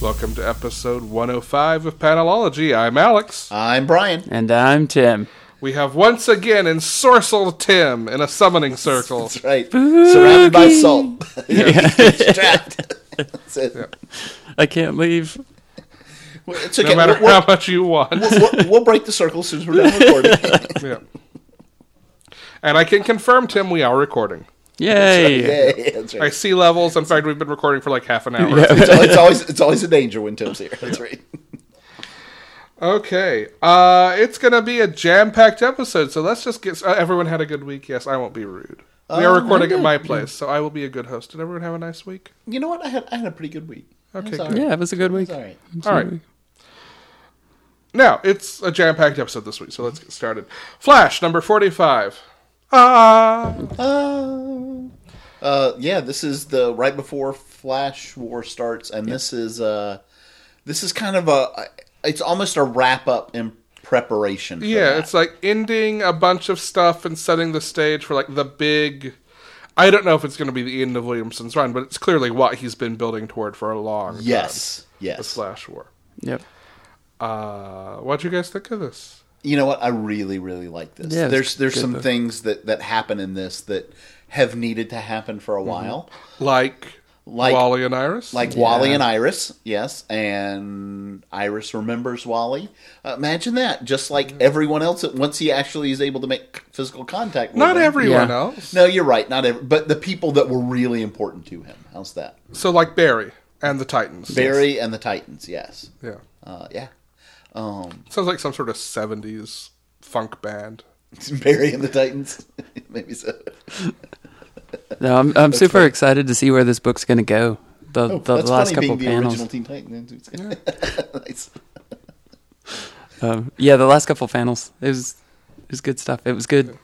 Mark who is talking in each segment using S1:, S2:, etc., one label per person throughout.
S1: Welcome to episode 105 of Panelology. I'm Alex.
S2: I'm Brian.
S3: And I'm Tim.
S1: We have once again ensorcelled Tim in a summoning circle.
S2: That's right. Surrounded by salt. Trapped. That's it.
S3: I can't leave.
S2: Well, It's okay.
S1: No matter
S2: we'll,
S1: how much you want.
S2: we'll- we'll- we'll break the circle as soon as we're done recording.
S1: Yeah. And I can confirm, Tim, we are recording.
S3: Yay!
S2: Yay, that's
S1: I
S2: right.
S1: see levels. In fact, we've been recording for like half an hour.
S2: It's, al- it's always it's always a danger when Tim's here. That's right.
S1: Okay. Uh, it's going to be a jam packed episode, so let's just get. Uh, everyone had a good week. Yes, I won't be rude. We
S2: Um,
S1: are recording at my place, so I will be a good host. Did everyone have a nice week?
S2: You know what? I had I had a pretty good week.
S1: Okay,
S2: It's all
S1: good.
S2: right.
S3: Yeah, it was a good week.
S2: It's all right.
S1: All right. Now, it's a jam packed episode this week, so let's get started. Flash, number 45. Ah!
S2: Uh, uh, yeah, this is the right before Flash War starts, and this is uh, this is kind of a it's almost a wrap up in preparation. For
S1: Yeah,
S2: that.
S1: it's like ending a bunch of stuff and setting the stage for like the big. I don't know if it's going to be the end of Williamson's run, but it's clearly what he's been building toward for a long time.
S2: yes, yes.
S1: The Slash War.
S3: Yep.
S1: Uh, what do you guys think of this?
S2: you know what i really really like this
S3: Yeah, it's
S2: there's there's
S3: good
S2: some
S3: though.
S2: things that that happen in this that have needed to happen for a
S3: Mm-hmm.
S2: while
S1: Like,
S2: Like-
S1: Wally and Iris?
S2: like wally and iris yes and iris remembers wally uh, imagine that just
S3: Mm-hmm.
S2: like everyone else once he actually is able to make physical contact with
S1: Not
S2: them.
S1: everyone
S3: Yeah.
S1: else.
S2: no you're right not every but the people that were really important to him how's that
S1: So, like Barry and the Titans.
S2: barry and the titans yes
S1: Yeah.
S2: uh, yeah Um,
S1: Sounds like some sort of 70s funk band.
S2: barry and the titans maybe so
S3: No, I'm, I'm super excited to see where this book's going to go. The, the
S2: Oh, that's
S3: last
S2: funny
S3: couple
S2: being the
S3: panels.
S2: original teen titans nice
S3: Um, yeah, the last couple panels. It was it was good stuff. It was good.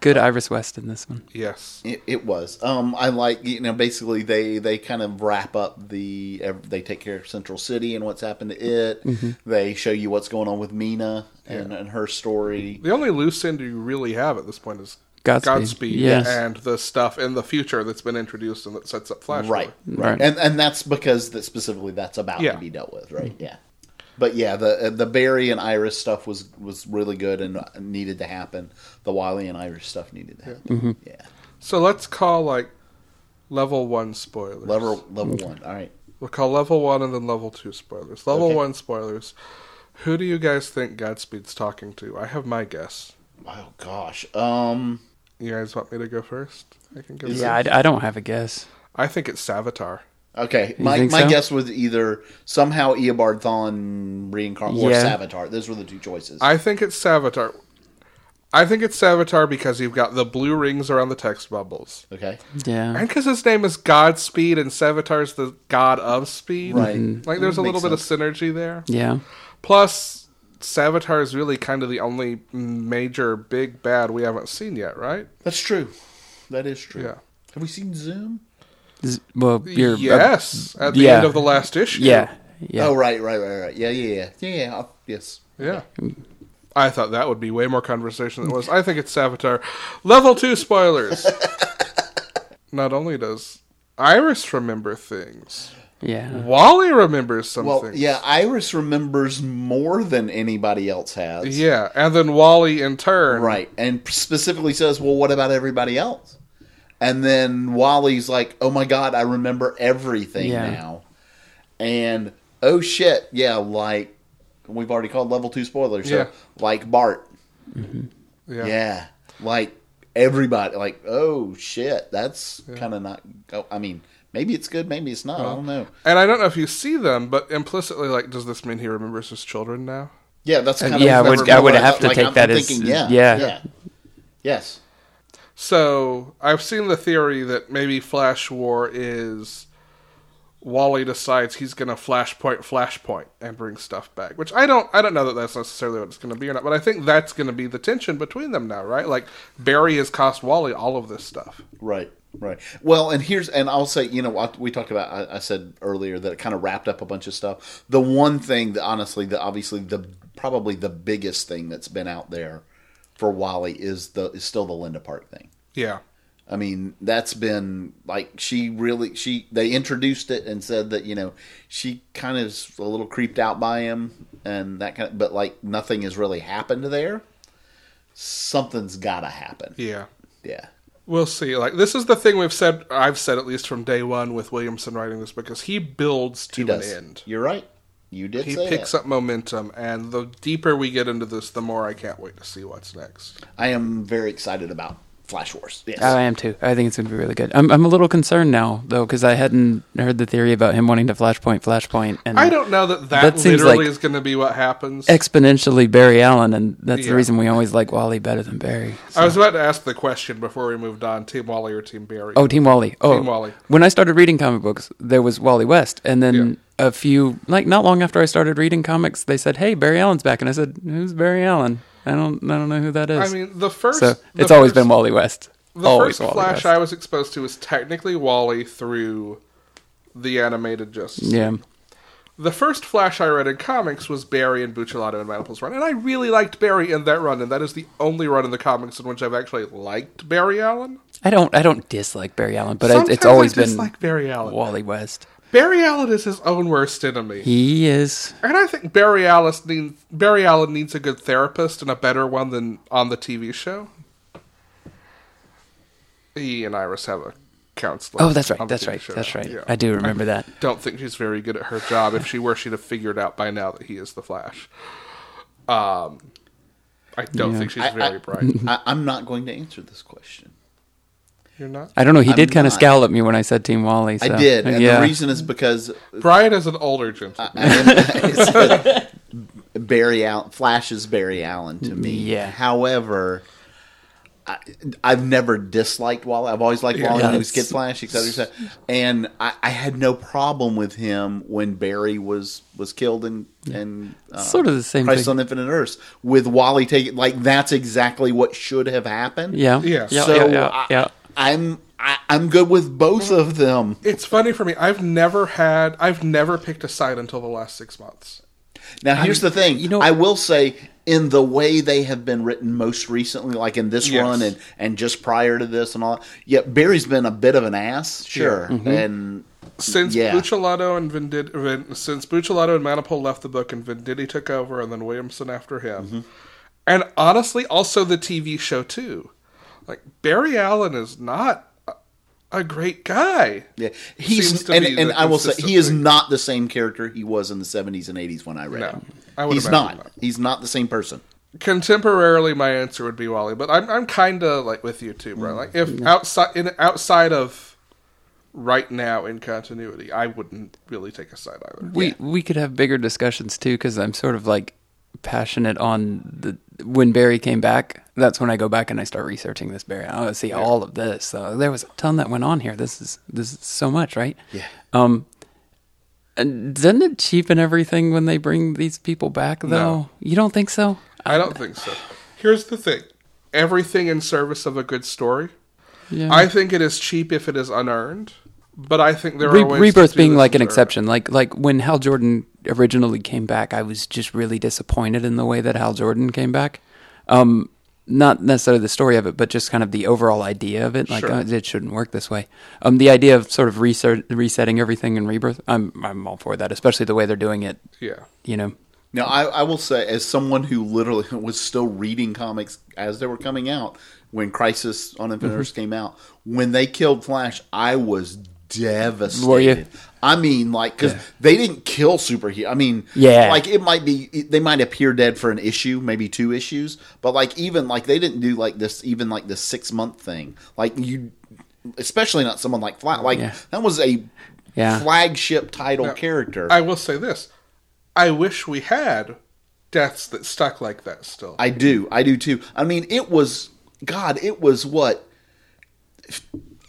S3: Good Iris West in this one.
S1: Yes.
S2: It, it was. Um, I like you know basically they they kind of wrap up the ev- they take care of Central City and what's happened to it.
S3: Mm-hmm.
S2: They show you what's going on with Mina and, and her story.
S1: The only loose end you really have at this point is
S3: Godspeed. Yes.
S1: and the stuff in the future that's been introduced and that sets up Flash.
S2: Right,
S1: Forward.
S2: right,
S3: Right.
S2: and and that's because that specifically that's about
S1: Yeah.
S2: to be dealt with,
S3: Mm-hmm.
S2: right? Yeah, but yeah, the uh, the Barry and Iris stuff was was really good and needed to happen. The Wiley and Iris stuff needed to happen.
S3: Mm-hmm.
S2: Yeah,
S1: So let's call like level one spoilers.
S2: level level one. All right,
S1: We'll call level one and then level two spoilers. Level
S2: Okay.
S1: one spoilers. Who do you guys think Godspeed's talking to? I have my guess.
S2: oh gosh, um,
S1: You guys want me to go first? I can go first.
S3: Yeah, I, I don't have a guess.
S1: I think it's Savitar.
S2: Okay, my,
S3: think
S2: my
S3: so?
S2: guess was either somehow Eobard Thawne reincarnated or
S3: Yeah.
S2: Savitar. Those were the two choices.
S1: I think it's Savitar. I think it's Savitar because you've got the blue rings around the text bubbles.
S2: okay,
S3: Yeah.
S1: And because his name is Godspeed and Savitar's the god of speed.
S2: Right. Mhm.
S1: Like there's a
S2: Makes
S1: little bit of synergy there.
S3: Yeah.
S1: Plus, Savitar is really kind of the only major big bad we haven't seen yet, right?
S2: that's true. That is true.
S1: Yeah.
S2: Have we seen Zoom?
S3: Z- Well, you're. uh,
S1: yes, at the
S3: yeah.
S1: end of the last issue.
S3: yeah. Yeah.
S2: Oh right, right, right, right. Yeah, yeah, yeah, yeah. yeah. I'll- yes.
S1: yeah. I thought that would be way more conversation than it was. I think it's Savitar. Level two spoilers. Not only does Iris remember things,
S3: Yeah.
S1: Wally remembers some
S2: Well,
S1: things.
S2: yeah. Iris remembers more than anybody else has.
S1: Yeah, and then Wally in turn.
S2: Right, and specifically says, "Well, what about everybody else?" And then Wally's like, "Oh my god, I remember everything
S3: Yeah.
S2: now." And oh shit, yeah, like we've already called level two spoilers. So,
S1: Yeah.
S2: like Bart,
S1: Yeah.
S2: yeah. like everybody, like oh shit, that's kind of not. Oh, I mean, maybe it's good, maybe it's not. I don't know.
S1: And I don't know if you see them, but implicitly, like, does this mean he remembers his children now?
S2: Yeah, that's
S3: Uh,
S2: kind of
S3: yeah, I
S2: what
S3: would
S2: remember
S3: I would
S2: about-
S3: have to
S2: like,
S3: take
S2: I'm
S3: that
S2: thinking,
S3: as
S2: yeah,
S3: yeah.
S2: yes.
S1: So I've seen the theory that maybe Flash War is Wally decides he's going to flashpoint flashpoint and bring stuff back, which I don't I don't know that that's necessarily what it's going to be or not, but I think that's going to be the tension between them now, right? Like Barry has cost Wally all of this stuff.
S2: Right, right. Well, and here's, and I'll say, you know, I- we talked about, I, I said earlier that it kind of wrapped up a bunch of stuff. The one thing that, honestly, the obviously the probably the biggest thing that's been out there for Wally is the is still the Linda Park thing.
S1: Yeah.
S2: I mean, that's been like she really she they introduced it and said that you know she kind of is a little creeped out by him and that kind of, but like nothing has really happened there. Something's got to happen.
S1: Yeah.
S2: Yeah.
S1: We'll see. Like this is the thing we've said I've said at least from day 1 with Williamson writing this because he builds to
S2: He does.
S1: an end.
S2: You're right. You did
S1: He
S2: say
S1: picks
S2: that.
S1: up momentum and the deeper we get into this the more I can't wait to see what's next.
S2: I am very excited about Flash Wars. Yes.
S3: Oh, I am too. I think it's going to be really good. I'm I'm a little concerned now though because I hadn't heard the theory about him wanting to flashpoint, flashpoint, and
S1: I don't know that that,
S3: Hmm. That seems
S1: literally
S3: like-
S1: is going to be what happens.
S3: exponentially Barry Allen, and that's
S1: Yeah. Oh,
S3: the reason we always like Wally better than Barry.
S1: I was about to ask the question before we moved on: Team Wally or Team Barry?
S3: Oh, Team Wally. Oh,
S1: Team Wally.
S3: When I started reading comic books, there was Wally West, and then a few, like not long after I started reading comics, they said, "Hey, Barry Allen's back," and I said, "Who's Barry Allen? I don't, I don't know who that
S1: I
S3: is."
S1: mean, the first.
S3: so
S1: the
S3: it's always
S1: first-
S3: been Wally West.
S1: The
S3: always
S1: first
S3: Wally
S1: Flash
S3: West.
S1: I was exposed to was technically Wally through the animated Justice. League.
S3: yeah,
S1: The first Flash I read in comics was Barry and Bucciolato and Maniple's run, and I really liked Barry in that run, and that is the only run in the comics in which I've actually liked Barry Allen.
S3: I don't, I don't dislike Barry Allen, but I,
S1: Sometimes
S3: it's always
S1: I
S3: been
S1: like Barry Allen.
S3: Wally West.
S1: Barry Allen is his own worst enemy.
S3: He is.
S1: And I think Barry Allen needs Barry Allen needs a good therapist and a better one than on the TV show. He and Iris have a counselor.
S3: Oh, that's right.
S1: on the
S3: That's
S1: TV
S3: right.
S1: show.
S3: That's right.
S1: Yeah.
S3: I do remember that.
S1: Don't think she's very good at her job. If she were, she'd have figured out by now that he is the Flash. Um, I don't think she's
S2: I-
S1: very
S2: I-
S1: bright.
S2: I, I'm not going to answer this question.
S1: You're not.
S3: I don't know. He did kind
S2: not.
S3: of scowl at me when I said Team Wally. So.
S2: I did, and
S3: yeah.
S2: the reason is because
S1: Brian is an older gentleman.
S2: I am- it's the- Barry Allen flashes Barry Allen to me.
S3: Yeah.
S2: However, I, I've never disliked Wally. I've always liked Wally
S3: Yeah,
S2: when he was Kid
S3: it's-
S2: Flash, etc., etc. And I, I had no problem with him when Barry was was killed and and uh,
S3: Sort of the same
S2: Christ
S3: thing.
S2: on Infinite Earths with Wally taking like that's exactly what should have happened.
S3: Yeah.
S1: Yeah.
S3: Yeah.
S2: So
S3: yeah, yeah, yeah.
S2: I, I'm I, I'm good with both of them.
S1: it's funny for me. I've never had. I've never picked a side until the last six months.
S2: Now, here's the thing.
S3: you know-
S2: I will say, in the way they have been written most recently, like in this
S1: Yes.
S2: run and, and just prior to this and all that, yeah, Barry's been a bit of an ass, sure.
S1: Mm-hmm.
S2: And
S1: since
S2: Yeah.
S1: Bucciolato and Venditti, Vin, since Bucciolato and Manipal left the book and Venditti took over and then Williamson after him,
S2: Mm-hmm.
S1: and honestly, also the TV show too. Like Barry Allen is not a- a great guy.
S2: yeah,
S1: Seems
S2: he's
S1: to
S2: and,
S1: be
S2: and
S1: the
S2: I will say he is
S1: consistency.
S2: not the same character he was in the 70s and 80s when I read
S1: No,
S2: him.
S1: I would
S2: He's
S1: imagine
S2: not.
S1: not.
S2: He's not the same person.
S1: Contemporarily, my answer would be Wally, but I'm I'm kind of like with you too, bro. Like
S2: Mm-hmm.
S1: if outside in outside of right now in continuity, I wouldn't really take a side either.
S3: We we could have bigger discussions too because I'm sort of like passionate on the when Barry came back. That's when I go back and I start researching this Barry. I want to see all of this. So there was a ton that went on here. This is this is so much, right?
S2: Yeah.
S3: Um. And doesn't it cheapen everything when they bring these people back though? You don't think so?
S1: I don't think so. Here's the thing: everything in service of a good story
S3: Yeah.
S1: I think it is cheap if it is unearned, but I think there
S3: Re-
S1: are ways
S3: Rebirth
S1: to do
S3: being
S1: this
S3: like an
S1: and there-
S3: exception, like like when Hal Jordan originally came back, I was just really disappointed in the way that Hal Jordan came back. Um, not necessarily the story of it, but just kind of the overall idea of it. Like
S1: Sure.
S3: uh, it shouldn't work this way. Um, the idea of sort of reser- resetting everything in Rebirth, I'm I'm all for that, especially the way they're doing it.
S1: Yeah,
S3: You know,
S2: Now, I, I will say, as someone who literally was still reading comics as they were coming out, when Crisis on Infinite
S3: Mm-hmm.
S2: Earths came out, when they killed Flash, I was devastated.
S3: Were you?
S2: I mean, like, because they didn't kill superhero. I mean,
S3: Yeah.
S2: like it might be they might appear dead for an issue, maybe two issues, but like even like they didn't do like this, even like the six month thing. Like you, especially not someone like Flash. Like
S3: Yeah.
S2: that was a
S3: Yeah.
S2: flagship title character.
S1: I will say this: I wish we had deaths that stuck like that still.
S2: I do. I do too. I mean, it was God. It was what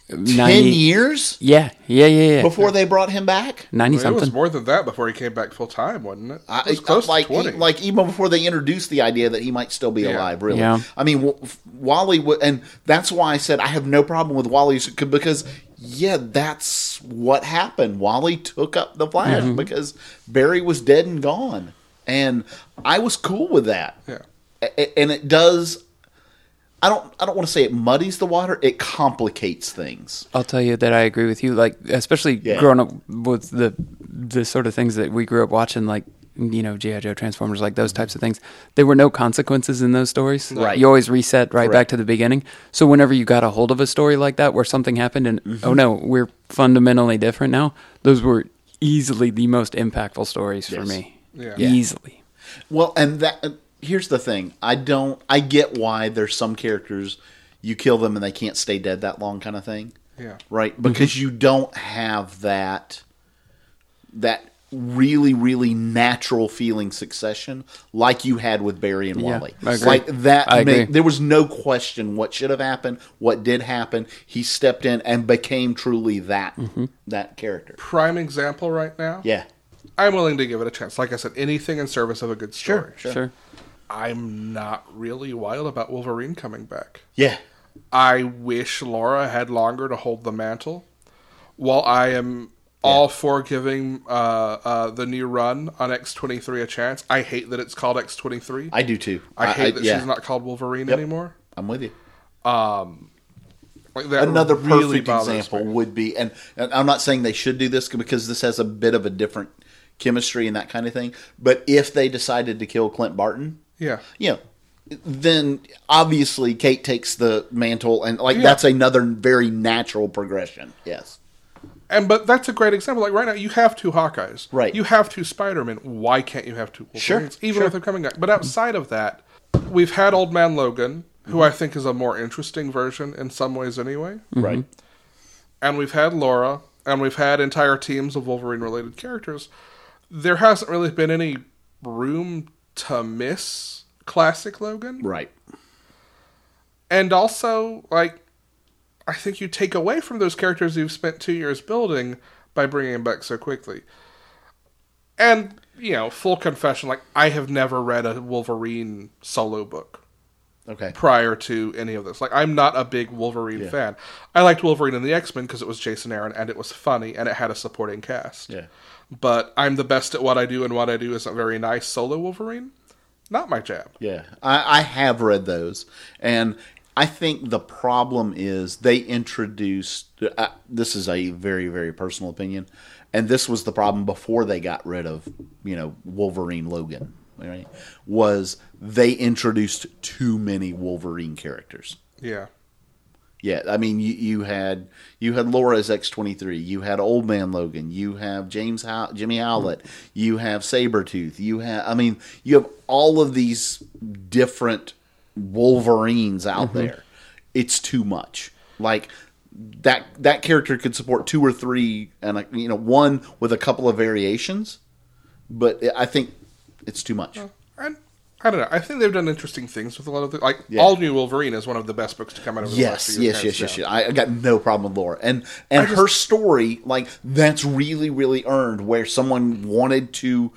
S2: ten
S3: 90
S2: years
S3: Yeah, yeah, yeah, yeah.
S2: before they brought him back.
S3: ninety
S1: Well, it was
S3: something.
S1: more than that before he came back full time, wasn't it?
S2: I,
S1: It was close
S2: like,
S1: to 20.
S2: like even before they introduced the idea that he might still be alive. Really,
S3: Yeah.
S2: I mean, W- F- Wally, w- and that's why I said I have no problem with Wally s- c- because yeah, that's what happened. Wally took up the Flash because Barry was dead and gone, and I was cool with that.
S1: Yeah.
S2: A- a- and it does. I don't. I don't want to say it muddies the water. It complicates things.
S3: I'll tell you that I agree with you. Like, especially
S2: Yeah.
S3: growing up with the the sort of things that we grew up watching, like you know GI Joe, Transformers, like those types of things. There were no consequences in those stories.
S2: Mm-hmm. Right.
S3: You always reset right back to the beginning. So whenever you got a hold of a story like that where something happened and
S2: Mm-hmm.
S3: oh no, we're fundamentally different now. Those were easily the most impactful stories for
S2: Yes.
S3: me.
S1: Yeah. Yeah.
S3: Easily.
S2: Well, and that uh, here's the thing. I don't. I get why there's some characters you kill them and they can't stay dead that long, kind of thing.
S1: Yeah.
S2: Right, because
S3: Mm-hmm.
S2: you don't have that that really really natural feeling succession like you had with Barry and
S3: Yeah,
S2: Wally.
S3: I agree.
S2: Like that
S3: I
S2: ma-
S3: agree.
S2: there was no question what should have happened, what did happen. He stepped in and became truly that
S3: Mm-hmm.
S2: that character.
S1: Prime example right now.
S2: Yeah.
S1: I'm willing to give it a chance. Like I said, anything in service of a good story.
S2: Sure.
S3: Sure.
S1: I'm not really wild about Wolverine coming back.
S2: Yeah.
S1: I wish Laura had longer to hold the mantle. While I am all for giving uh, uh, the new run on X23 a chance, I hate that it's called X23. I,
S2: I do too.
S1: hate that
S2: yeah,
S1: she's not called Wolverine anymore.
S2: I'm with you.
S1: Like, that
S2: another
S1: really
S2: perfect
S1: bothers
S2: example
S1: me.
S2: would be and, and i'm not saying they should do this because this has a bit of a different chemistry and that kind of thing but if they decided to kill clint barton
S1: Yeah.
S2: you know then obviously kate takes the mantle and like that's another very natural progression yes
S1: And but that's a great example. Like right now, you have two Hawkeyes.
S2: Right.
S1: You have two Spider Men. Why can't you have two
S2: Sure,
S1: Wolverines? Even
S2: sure.
S1: with them coming back. But outside of that, we've had Old Man Logan,
S2: Mm-hmm.
S1: who I think is a more interesting version in some ways, anyway.
S2: right
S1: And we've had Laura, and we've had entire teams of Wolverine related characters. There hasn't really been any room to miss classic Logan.
S2: right
S1: And also, like, I think you take away from those characters you've spent two years building by bringing them back so quickly. And, you know, full confession, like, I have never read a Wolverine solo book
S2: okay
S1: prior to any of this. Like, I'm not a big Wolverine fan. I liked Wolverine and the X Men because it was Jason Aaron and it was funny and it had a supporting cast.
S2: Yeah.
S1: But I'm the best at what I do, and what I do isn't very nice solo Wolverine. Not my jab.
S2: Yeah, I, I have read those, and I think the problem is they introduced. Uh, this is a very very personal opinion, and this was the problem before they got rid of you know Wolverine Logan. Right, was they introduced too many Wolverine characters.
S1: Yeah.
S2: Yeah, I mean, you, you had you had Laura as X twenty three. You had Old Man Logan. You have James How- Jimmy Howlett. You have Sabretooth. You have I mean, you have all of these different Wolverines out there. It's too much. Like that that character could support two or three, and like, you know, one with a couple of variations. But I think it's too much.
S1: I, I don't know. I think they've done interesting things with a lot of the like
S2: Yeah.
S1: all new Wolverine is one of the best books to come out of.
S2: Yes,
S1: the
S2: yes, yes, yes, yes. I, I got no problem with Laura, and and her story, like that's really, really earned. Where someone wanted to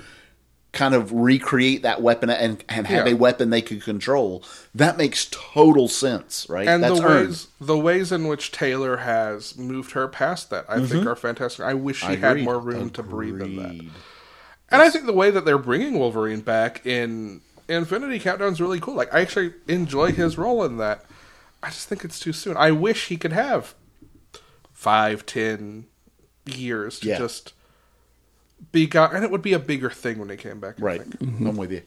S2: kind of recreate that weapon and and have
S1: Yeah.
S2: a weapon they could control. That makes total sense, right?
S1: And
S2: that's
S1: the ways the ways in which Taylor has moved her past that, I think, are fantastic. I wish she had
S2: Agreed.
S1: more room to breathe in that.
S2: Mm-hmm. Agreed.
S1: And I think the way that they're bringing Wolverine back in Infinity Countdown is really cool. Like I actually enjoy his role in that. I just think it's too soon. I wish he could have five, ten years to
S2: Yeah.
S1: just be gone, and it would be a bigger thing when he came back. I
S2: Right,
S1: think.
S2: I'm with you.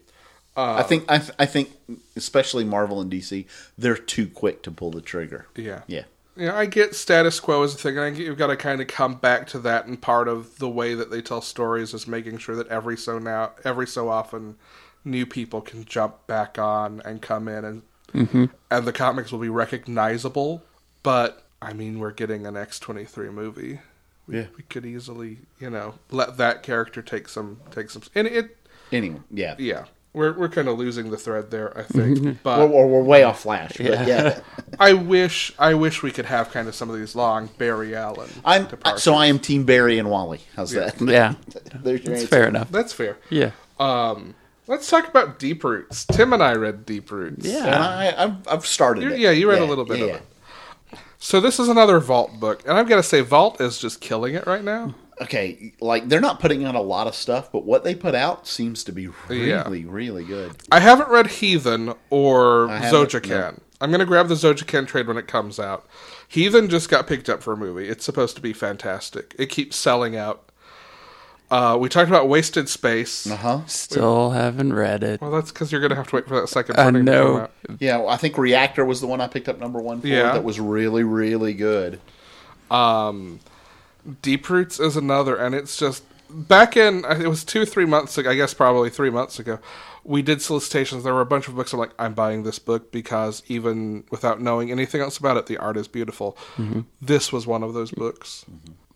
S1: Uh,
S2: I think I, th- I think especially Marvel and DC, they're too quick to pull the trigger.
S1: Yeah.
S2: Yeah,
S1: Yeah, I get status quo as a thing, and I get you've got to kind of come back to that. And part of the way that they tell stories is making sure that every so now, every so often, new people can jump back on and come in, and
S2: Mm-hmm.
S1: and the comics will be recognizable. But I mean, we're getting an X twenty three movie.
S2: yeah.
S1: We could easily, you know, let that character take some take some, and it,
S2: Anyway, yeah,
S1: yeah, We're we're kind of losing the thread there, I think.
S2: Or,
S1: But
S2: or we're way off Flash.
S3: Yeah.
S2: But yeah.
S1: I wish I wish we could have kind of some of these long Barry Allen.
S2: I'm
S1: departures.
S2: so I am Team Barry and Wally. How's that?
S3: Yeah,
S2: There's your
S3: it's
S2: answer.
S3: fair enough.
S1: That's fair.
S3: Yeah,
S1: Let's talk about Deep Roots. Tim and I read Deep Roots.
S2: And
S3: yeah.
S2: I, I've, I've started.
S1: You-
S2: it.
S1: yeah, you read a little bit of it. So this is another Vault book, and I've got to say, Vault is just killing it right now.
S2: Okay, like they're not putting out a lot of stuff, but what they put out seems to be really,
S1: Yeah.
S2: really good.
S1: I haven't read Heathen or
S2: I haven't,
S1: Zojakan. I'm going to grab the Zojakan trade when it comes out. Heathen just got picked up for a movie. It's supposed to be fantastic. It keeps selling out. Uh, we talked about Wasted Space.
S2: Uh huh.
S3: Still haven't read it.
S1: Well, that's because you're going to have to wait for that second
S3: I
S1: printing to come
S3: know.
S1: out.
S2: Yeah, well, I think Reactor was the one I picked up number one for.
S1: Yeah.
S2: That was really, really good.
S1: Deep Roots is another, and it's just back in. uh, It was two, three months. ago, I guess probably three months ago. We did solicitations. There were a bunch of books. I'm like, I'm buying this book because even without knowing anything else about it, the art is beautiful. This was one of those books.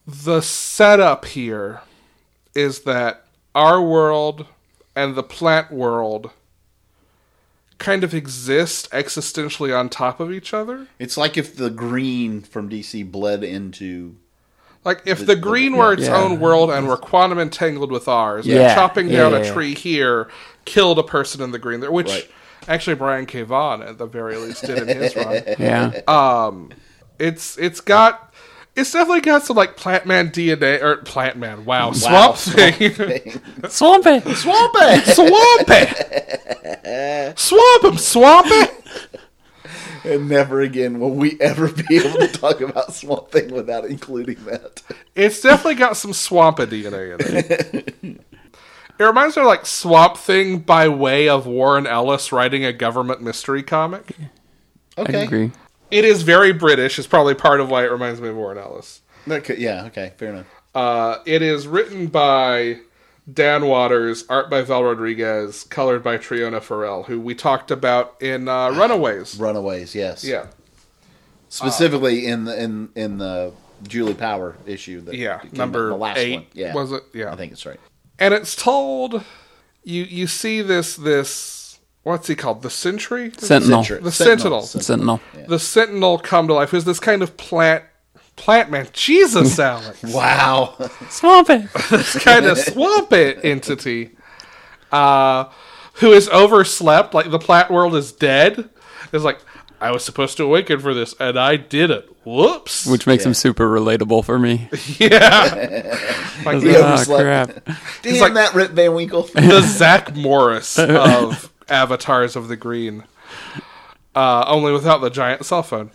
S1: The setup here is that our world and the plant world kind of exist existentially on top of each other.
S2: It's like if the green from DC bled into.
S1: Like if the,
S2: The- the-
S1: green were its
S3: yeah.
S1: own world and were quantum entangled with ours, and
S3: Yeah.
S1: chopping
S3: Yeah,
S1: down
S3: yeah,
S1: a
S3: yeah.
S1: tree here killed a person in the green there, which
S2: Right.
S1: actually Brian K. Vaughan at the very least did in his run.
S3: Yeah,
S1: It's it's got it's definitely got some like Plant Man DNA or Plant Man. Wow, Swamp Thing,
S3: Swampy.
S2: Swampy!
S1: Swampy, Swamp him, Swampy.
S2: and never again will we ever be able to talk about Swamp Thing without including that.
S1: It's definitely got some Swampa DNA in it. It reminds me of like Swamp Thing by way of Warren Ellis writing a government mystery comic.
S3: I
S2: Okay.
S3: agree.
S1: It is very British. It's probably part of why it reminds me of Warren Ellis.
S2: That could- yeah, okay, fair enough.
S1: Uh, it is written by Dan Waters, art by Val Rodriguez, colored by Triona Farrell, who we talked about in uh, Runaways.
S2: Ah, Runaways, yes.
S1: Yeah. Oh.
S2: Specifically in the in in the Julie Power issue that
S1: Yeah.
S2: came out,
S1: Number
S2: the last
S1: eight.
S2: one. Yeah.
S1: Was it? Yeah.
S2: I think it's right.
S1: And it's told you you see this this what's he called? The sentry?
S3: Sentinel.
S2: Centri-
S1: The Sentinel.
S3: Sentinel.
S1: The Sentinel come to life, who's this kind of plant plant man. Jesus Alex.
S2: Wow.
S3: Swampy.
S1: this kind of swamp it entity uh, who is overslept. Like the plant world is dead. It's like I was supposed to awaken for this, and I didn't. Whoops.
S3: Which makes him super relatable for me.
S1: yeah, like
S2: Yeah.
S1: the,
S3: Ah,
S2: overslept.
S3: crap.
S2: Damn
S1: like-
S2: that Rip Van Winkle.
S1: the Zach Morris of Avatars of the Green, uh, only without the giant cell phone.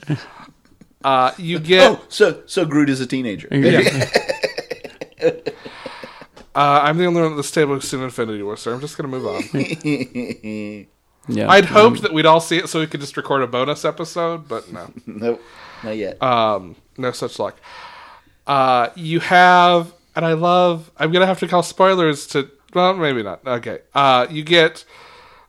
S1: Uh, you get
S2: oh, so so Groot is a teenager.
S3: Yeah.
S1: uh, I'm the only one at this table who's seen Infinity War, so I'm just gonna move on.
S3: yeah.
S1: I'd hoped that we'd all see it so we could just record a bonus episode, but no.
S2: nope. Not yet.
S1: um, no such luck. Uh, you have, and I love. I'm gonna have to call spoilers to. Well, maybe not. Okay. Uh, you get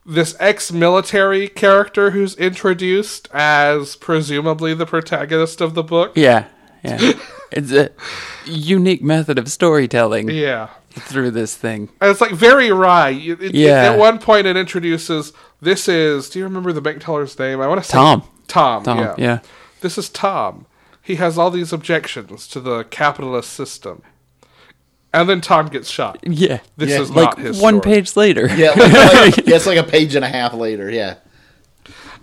S1: this ex-military character who's introduced as presumably the protagonist of the book.
S3: Yeah. Yeah. it's a unique method of storytelling
S1: Yeah.
S3: through this thing.
S1: And it's like very wry. It- it-
S3: Yeah.
S1: At one point, it introduces. This is. Do you remember the bank teller's name? I want to say
S3: Tom.
S1: Tom.
S3: Tom.
S1: yeah.
S3: Yeah.
S1: This is Tom. He has all these objections to the capitalist system. And then Tom gets shot.
S3: Yeah.
S1: This
S2: Yeah.
S1: is
S3: Like
S1: not his
S3: one
S1: story.
S3: page later.
S2: yeah, like, like- yeah, it's like a page and a half later. Yeah.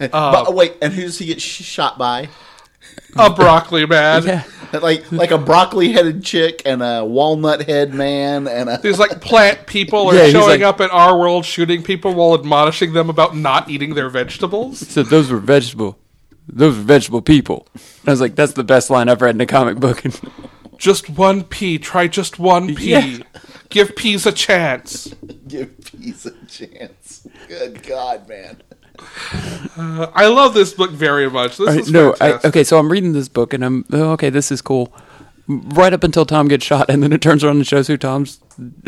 S1: Uh.
S2: but, oh, wait, and who does he get sh- shot by?
S1: A broccoli man.
S3: Yeah.
S2: Like like a broccoli headed chick and a walnut head man and a
S1: These like plant people are
S3: Yeah, he's
S1: showing
S3: like-
S1: up in our world, shooting people while admonishing them about not eating their vegetables.
S3: So those were vegetable. Those were vegetable people. And I was like, that's the best line I've read in a comic book.
S1: Just one pea. Try just one pea.
S3: Yeah.
S1: Give peas a chance.
S2: give peace a chance. Good God, man.
S1: I love this book very much. This is
S3: Uh, no, I,
S1: fantastic.
S3: okay, so I'm reading this book and I'm oh, okay. This is cool. Right up until Tom gets shot, and then it turns around and shows who Tom's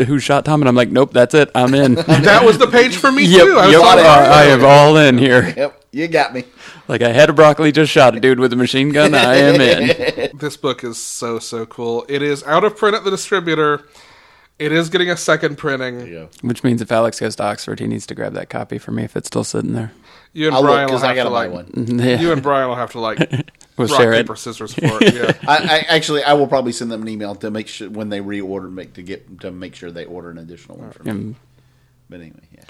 S3: who shot Tom, and I'm like, nope, that's it. I'm in. yep,
S1: That was the page for me too. I was
S3: yep, uh,
S1: like,
S3: I, I am all in here.
S2: Yep, you got me.
S3: Like I had a broccoli, just shot a dude with a machine gun. I am in.
S1: This book is so so cool. It is out of print at the distributor. It is getting a second printing.
S2: Yeah.
S3: Which means if Alex goes to Oxford, he needs to grab that copy for me if it's still sitting there.
S1: You and
S2: I'll
S1: Brian
S2: look
S1: will
S2: because
S1: have
S2: I gotta
S1: to
S2: buy
S1: like.
S2: one.
S3: yeah.
S1: You and Brian will have to like
S3: we'll
S1: rock
S3: share it.
S1: paper scissors for it. Yeah.
S2: I, I actually I will probably send them an email to make sure when they reorder make to get to make sure they order an additional one for me.
S3: Um,
S2: But anyway, yeah.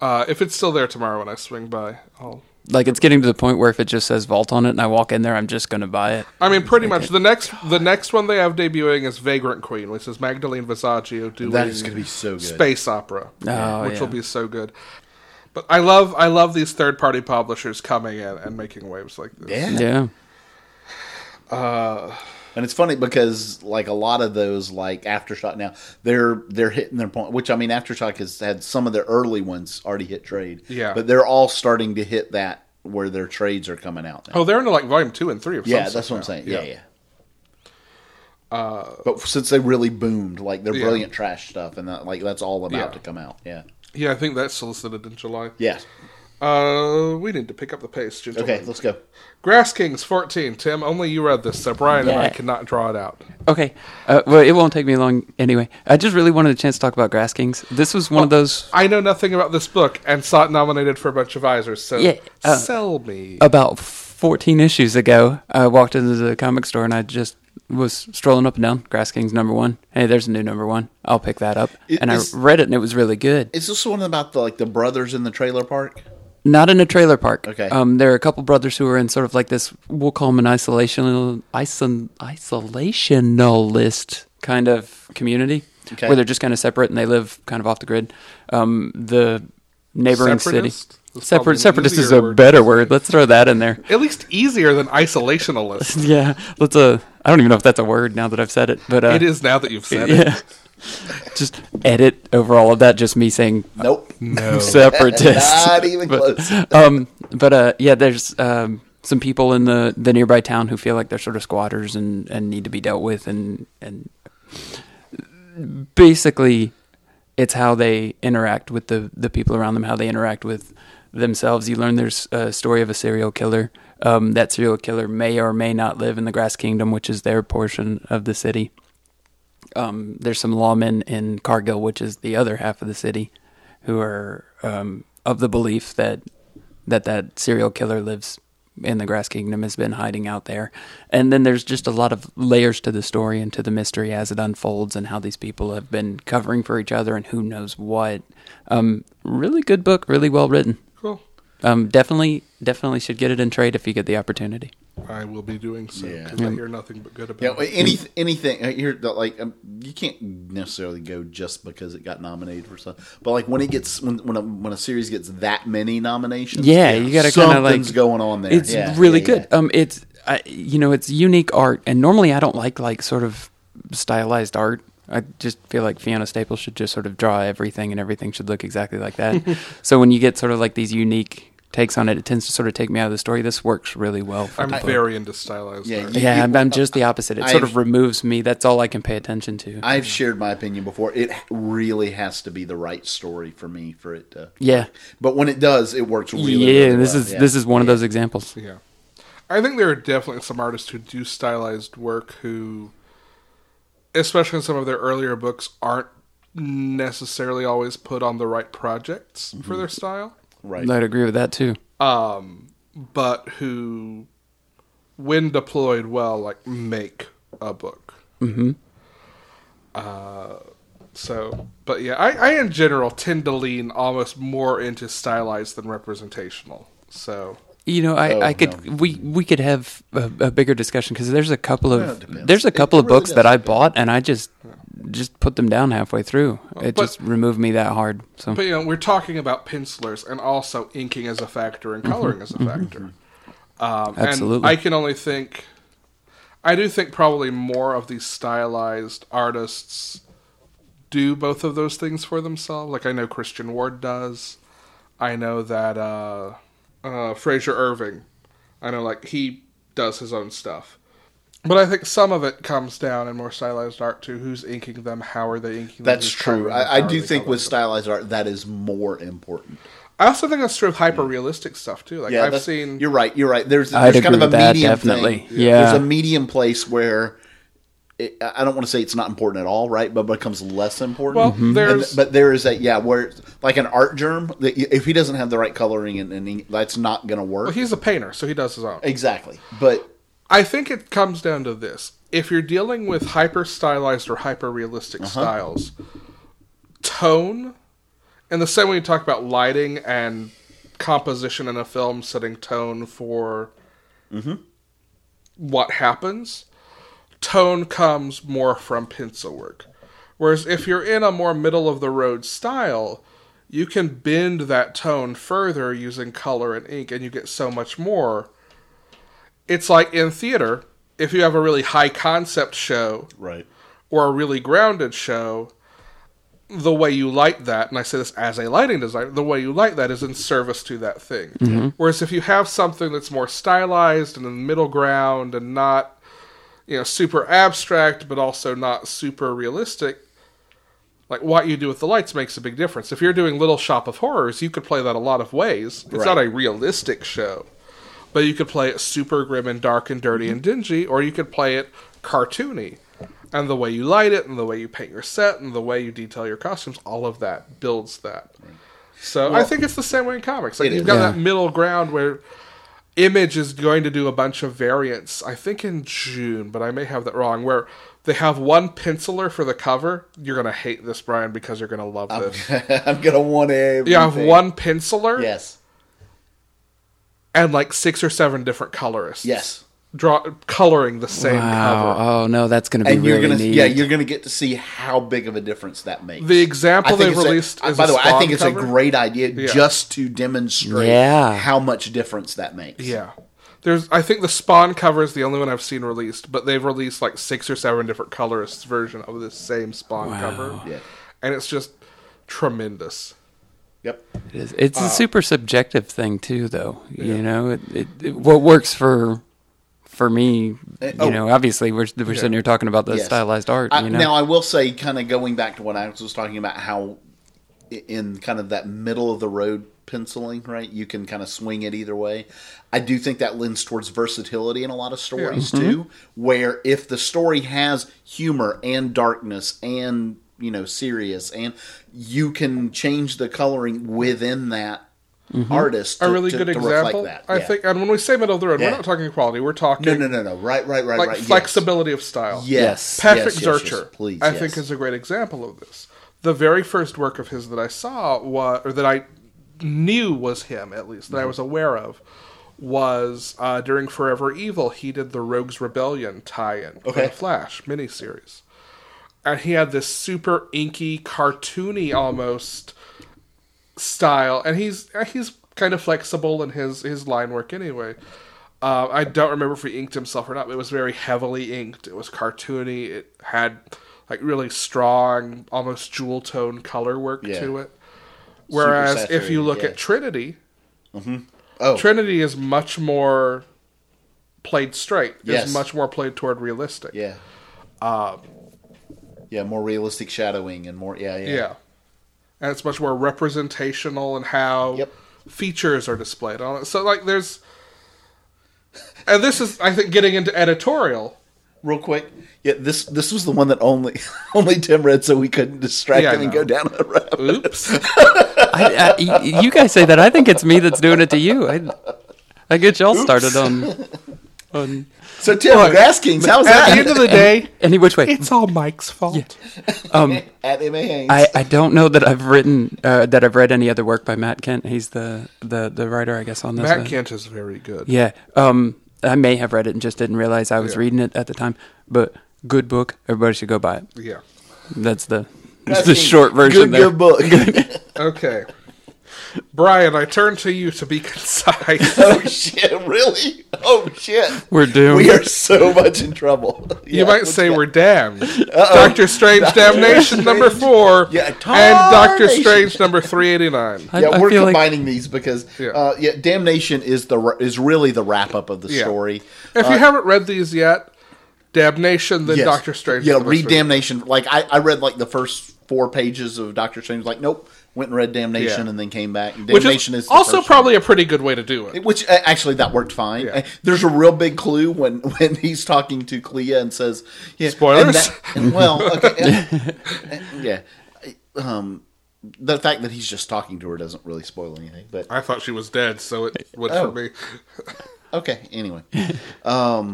S1: Uh, if it's still there tomorrow when I swing by, I'll.
S3: Like it's getting to the point where if it just says vault on it and I walk in there, I'm just going to buy it.
S1: I mean, pretty much the next the next one they have debuting is Vagrant Queen, which is Magdalene Visaggio doing
S2: That is gonna be so good.
S1: space opera,
S3: Oh,
S1: which
S3: yeah.
S1: will be so good. But I love I love these third party publishers coming in and making waves like this.
S2: Yeah.
S3: Yeah.
S2: And it's funny because like a lot of those like aftershock now they're they're hitting their point which I mean aftershock has had some of their early ones already hit trade.
S1: Yeah.
S2: But they're all starting to hit that where their trades are coming out now.
S1: Oh, they're into like volume two and three. Of some
S2: yeah,
S1: sort
S2: that's what I'm
S1: now. Uh,
S2: saying. Yeah, yeah. but since they really boomed, like they're
S1: Yeah.
S2: brilliant trash stuff, and that, like that's all about
S1: Yeah.
S2: to come out. Yeah,
S1: Yeah, I think that's solicited in July.
S2: yeah.
S1: Uh, we need to pick up the pace, gentlemen.
S2: Okay, let's go.
S1: Grass Kings 14. Tim, only you read this, so Brian and I
S3: Yeah.
S1: cannot draw it out.
S3: Okay. Uh, well, it won't take me long anyway. I just really wanted a chance to talk about Grass Kings. This was one
S1: Oh.
S3: of those
S1: I know nothing about this book and saw it nominated for a bunch of Eisers, so
S3: Yeah, uh,
S1: sell me.
S3: about 14 issues ago. I walked into the comic store and I just was strolling up and down. Grass Kings number one. Hey, there's a new number one. I'll pick that up.
S2: It-
S3: and I
S2: it's-
S3: read it and it was really good.
S2: Is this one about the like the brothers in the trailer park?
S3: Not in a trailer park.
S2: Okay.
S3: Um, there are a couple brothers who are in sort of like this. We'll call them an isolational, iso- isolationalist kind of community,
S2: Okay.
S3: where they're just kind of separate and they live kind of off the grid. Um, the neighboring
S1: Separatist?
S3: city.
S1: That's probably an
S3: Separate, separatist is
S1: easier
S3: a
S1: word.
S3: better word. Let's throw that in there.
S1: At least easier than isolationalist.
S3: Yeah, let's. Uh, I don't even know if that's a word now that I've said it, but uh,
S1: it is now that you've said it.
S3: Yeah. just edit over all of that. Just me saying
S2: Nope,
S1: Oh.
S3: separatist.
S2: not even close.
S3: um, but uh, yeah, there's um, some people in the the nearby town who feel like they're sort of squatters and and need to be dealt with, and and basically, it's how they interact with the the people around them, how they interact with themselves. You learn there's a story of a serial killer. Um, that serial killer may or may not live in the Grass Kingdom, which is their portion of the city um, there's some lawmen in Cargill, which is the other half of the city, who are um, of the belief that that that serial killer lives in the Grass Kingdom has been hiding out there. And then there's just a lot of layers to the story and to the mystery as it unfolds, and how these people have been covering for each other and who knows what. Um, really good book, really well written.
S1: Cool.
S3: Um, definitely, definitely should get it in trade if you get the opportunity.
S1: I will be doing so,
S2: Yeah.
S1: 'cause I hear nothing but good about
S2: Yeah,
S1: it.
S2: any anything uh, here that, like um, you can't necessarily go just because it got nominated for stuff, but like when it gets when when a, when a series gets that many nominations,
S3: Yeah, you gotta kinda, like-
S2: something's going on there.
S3: It's
S2: Yeah,
S3: really
S2: yeah,
S3: good.
S2: yeah.
S3: Um, it's I, you know, it's unique art, and normally I don't like like sort of stylized art. I just feel like Fiona Staples should just sort of draw everything, and everything should look exactly like that. so when you get sort of like these unique takes on it, it tends to sort of take me out of the story. This works really well. For
S1: I'm
S3: the book.
S1: very into stylized
S2: Yeah,
S1: art.
S2: you-
S3: yeah, I'm, I'm just the opposite. It sort
S2: I've-
S3: of removes me. That's all I can pay attention to.
S2: I've shared my opinion before. It really has to be the right story for me for it to.
S3: yeah,
S2: But when it does, it works really.
S3: yeah.
S2: really
S3: this
S2: well.
S3: is
S2: Yeah.
S3: this is one of those examples.
S1: Yeah. I think there are definitely some artists who do stylized work who, especially in some of their earlier books, aren't necessarily always put on the right projects
S2: Mm-hmm.
S1: for their style,
S2: right.
S3: I'd agree with that too.
S1: um, but who, when deployed well, like make a book. Mm hmm. Uh, so, but yeah, I, I in general tend to lean almost more into stylized than representational. So,
S3: You know, I,
S2: Oh,
S3: I could we we could have a, a bigger discussion because there's a couple
S2: Yeah, it
S3: of
S2: depends.
S3: there's a
S2: It
S3: couple of
S2: really
S3: books
S2: does
S3: that I bought and I just just put them down halfway through. It
S1: but-
S3: just removed me that hard. So
S1: But you know, we're talking about pencilers and also inking as a factor
S2: Mm-hmm.
S1: and coloring as a factor. Um,
S3: Absolutely.
S1: And I can only think, I do think probably more of these stylized artists do both of those things for themselves. Like I know Christian Ward does. I know that uh, uh, Fraser Irving. I know like he does his own stuff. But I think some of it comes down in more stylized art to who's inking them, how are they inking them,
S2: That's
S1: who's
S2: true.
S1: coloring them,
S2: I, I
S1: how are
S2: do
S1: they
S2: think with
S1: coloring them.
S2: stylized art, that is more important.
S1: I also think that's true of hyper realistic stuff too. Like I've
S2: that's-
S1: seen
S2: You're right. You're right. There's,
S3: I'd
S2: there's kind
S3: agree
S2: of a
S3: with that,
S2: medium
S3: definitely.
S2: thing.
S3: Yeah.
S2: There's a medium place where it, I don't want to say it's not important at all, right? But becomes less important.
S1: Well,
S3: Mm-hmm.
S2: And-
S1: there's-
S2: but there is that yeah, where it's like an art germ. That y- if he doesn't have the right coloring, and, and he, that's not going to work.
S1: Well, he's a painter, so he does his own.
S2: exactly, but
S1: I think it comes down to this. If you're dealing with hyper stylized or hyper realistic styles, tone, and the same way you talk about lighting and composition in a film setting tone for what happens, tone comes more from pencil work. Whereas if you're in a more middle of the road style, you can bend that tone further using color and ink, and you get so much more it's like in theater if you have a really high concept show
S2: right,
S1: or a really grounded show the way you light that and i say this as a lighting designer the way you light that is in service to that thing whereas if you have something that's more stylized and in the middle ground and not you know super abstract but also not super realistic like what you do with the lights makes a big difference if you're doing little shop of horrors you could play that a lot of ways it's not
S2: Right.
S1: a realistic show but you could play it super grim and dark and dirty and dingy, or you could play it cartoony. And the way you light it, and the way you paint your set, and the way you detail your costumes, all of that builds that. So I think it's the same way in comics. Like
S2: It
S1: you've
S2: is.
S1: got
S3: Yeah.
S1: that middle ground where Image is going to do a bunch of variants. I think in June, but I may have that wrong. Where they have one penciler for the cover. You're gonna hate this, Brian, because you're gonna love this.
S2: I'm going to want everything.
S1: You have one penciler
S2: Yes,
S1: and like six or seven different colorists.
S2: yes,
S1: draw coloring the same
S3: Wow.
S1: cover.
S3: Oh no, that's going to be
S2: and
S3: really
S2: you're gonna
S3: neat.
S2: yeah, you're gonna get to see how big of a difference that makes.
S1: The example they
S2: it's a- uh,
S1: released is
S2: by
S1: a
S2: the way, I
S1: Spawn
S2: think it's
S1: cover.
S2: a great idea just to demonstrate
S3: Yeah.
S2: how much difference that makes.
S1: yeah. There's I think the Spawn cover is the only one I've seen released, but they've released like six or seven different colorists version of this same Spawn cover.
S2: Yeah.
S1: And it's just tremendous.
S2: Yep.
S3: It is. It's
S2: uh,
S3: a super subjective thing too, though. You know, it, it, it- what works for for me. you
S2: oh.
S3: know, obviously we're we're sitting here talking about the
S2: Yes.
S3: stylized art.
S2: I,
S3: you know,
S2: Now I will say, kind of going back to what I was talking about, how i- in kind of that middle of the road penciling, right? You can kind of swing it either way. I do think that lends towards versatility in a lot of stories
S3: Mm-hmm.
S2: too, where if the story has humor and darkness and you know serious, and you can change the coloring within that
S3: Mm-hmm.
S2: artist. To,
S1: A really
S2: to-
S1: good
S2: to
S1: example.
S2: reflect that.
S1: I
S2: Yeah.
S1: think and when we say middle of the road, we're
S2: Yeah.
S1: not talking quality, we're talking
S2: No, no, no, no. Right, right, right,
S1: like
S2: right. yes.
S1: flexibility of style.
S2: Yes.
S1: Patrick
S2: yes, yes, yes,
S1: Zurcher,
S2: please.
S1: I
S2: yes.
S1: think, is a great example of this. The very first work of his that I saw, was, or that I knew was him, at least, that
S2: Mm-hmm.
S1: I was aware of, was uh, during Forever Evil, he did the Rogues Rebellion tie in
S2: Okay.
S1: the Flash miniseries. And he had this super inky, cartoony almost style, and he's he's kind of flexible in his his line work anyway. Uh, I don't remember if he inked himself or not. But it was very heavily inked. It was cartoony. It had like really strong, almost jewel tone color work
S2: Yeah.
S1: to it. Whereas if you
S2: saturated,
S1: look
S2: yeah.
S1: at Trinity,
S2: Oh,
S1: Trinity is much more played straight. Is
S2: Yes.
S1: much more played toward realistic.
S2: Yeah.
S1: Um,
S2: yeah, more realistic shadowing and more. Yeah, yeah.
S1: Yeah. And it's much more representational in how
S2: Yep.
S1: features are displayed. and all that. So, like, there's. And this is, I think, getting into editorial.
S2: Real quick. Yeah, this this was the one that only only Tim read, so we couldn't distract
S1: Yeah, I
S2: him and
S1: know.
S2: go down that road.
S1: Oops.
S3: I, I- y- you guys say that. I think it's me that's doing it to you. I, I get y'all started on on
S2: So Tim,
S1: Look,
S2: Graskings, how's
S1: At the
S2: that?
S1: end of the day,
S3: any which way.
S1: it's all Mike's fault.
S3: Um,
S2: At MA Haynes.
S3: I, I don't know that I've written uh, that I've read any other work by Matt Kent. He's the the, the writer, I guess, on this.
S1: Matt
S3: one.
S1: Kent is very good.
S3: Yeah. Um, I may have read it and just didn't realize I was reading it at the time. But good book. Everybody should go buy it.
S1: Yeah.
S3: That's the that's the
S2: Graskings,
S3: short
S2: Good,
S3: version. there.
S2: good book.
S1: Okay. Brian, I turn to you to be concise.
S2: oh shit! Really? Oh shit!
S3: We're doomed.
S2: We are so much in trouble.
S1: You
S2: Yeah,
S1: might
S2: what's
S1: say
S2: that?
S1: we're damned. Doctor Strange Damnation number four
S2: Yeah,
S1: and Doctor
S2: tarnation.
S1: Strange number 389.
S3: I,
S2: yeah,
S3: I
S2: we're
S3: feel like
S2: combining these because
S1: Yeah.
S2: Uh, yeah, damnation is the ra- is really the wrap up of the
S1: Yeah.
S2: story.
S1: If
S2: Uh,
S1: you haven't read these yet, Damnation, then
S2: yes.
S1: Doctor Strange.
S2: yeah,
S1: is the best
S2: read
S1: read.
S2: damnation. Like I, I read like the first four pages of Doctor Strange. Like, nope, went and read Damnation
S1: Yeah.
S2: and then came back.
S1: Which
S2: Damnation
S1: is,
S2: the
S1: also
S2: first
S1: probably a pretty good way to do it.
S2: one. Which uh, actually that worked fine.
S1: Yeah.
S2: Uh, There's a real big clue when when he's talking to Clea and says, "Yeah, and
S1: Spoilers?
S2: that- and well, okay, uh, uh, yeah. Um, the fact that he's just talking to her doesn't really spoil anything. But
S1: I thought she was dead, so it would
S2: Oh.
S1: for me.
S2: Okay. Anyway, um,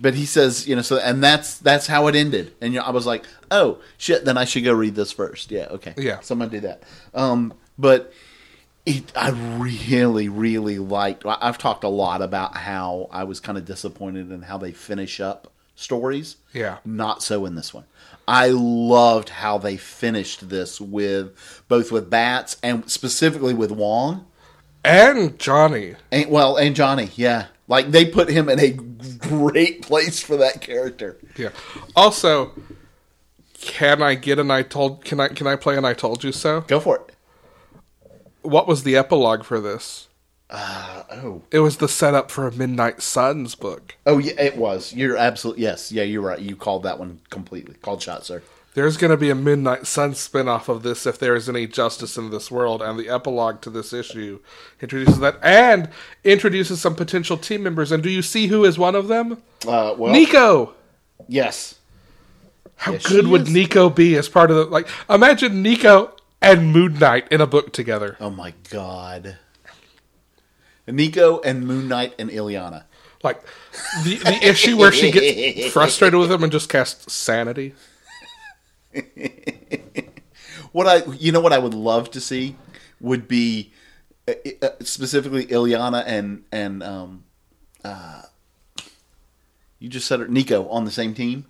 S2: but he says, you know, so and that's that's how it ended, and you know, I was like, oh shit, then I should go read this first. Yeah. Okay.
S1: Yeah.
S2: Someone do that. Um, but it, I really, really liked. I- I've talked a lot about how I was kind of disappointed in how they finish up stories.
S1: Yeah.
S2: Not so in this one. I loved how they finished this with both with bats and specifically with Wong.
S1: And Johnny.
S2: And, well, and Johnny, yeah. Like they put him in a great place for that character.
S1: Yeah. Also, can I get an I told can I can I play an I told you so?
S2: Go for it.
S1: What was the epilogue for this?
S2: Oh,
S1: It was the setup for a Midnight Suns book.
S2: oh, yeah, it was. You're absolutely yes, yeah. You're right. You called that one completely. Called shot, sir.
S1: There's going to be a Midnight Sun spin-off of this if there is any justice in this world, and the epilogue to this issue introduces that and introduces some potential team members. And do you see who is one of them?
S2: Uh, well,
S1: Nico.
S2: yes,
S1: How
S2: Yes,
S1: good
S2: she
S1: would
S2: is.
S1: Nico be as part of the like? Imagine Nico and Moon Knight in a book together.
S2: Oh my god. Nico and Moon Knight and Ileana.
S1: Like the the issue where she gets frustrated with him and just casts sanity.
S2: What I, you know, what I would love to see would be uh, uh, specifically Ileana and and um, uh, you just said it, Nico on the same team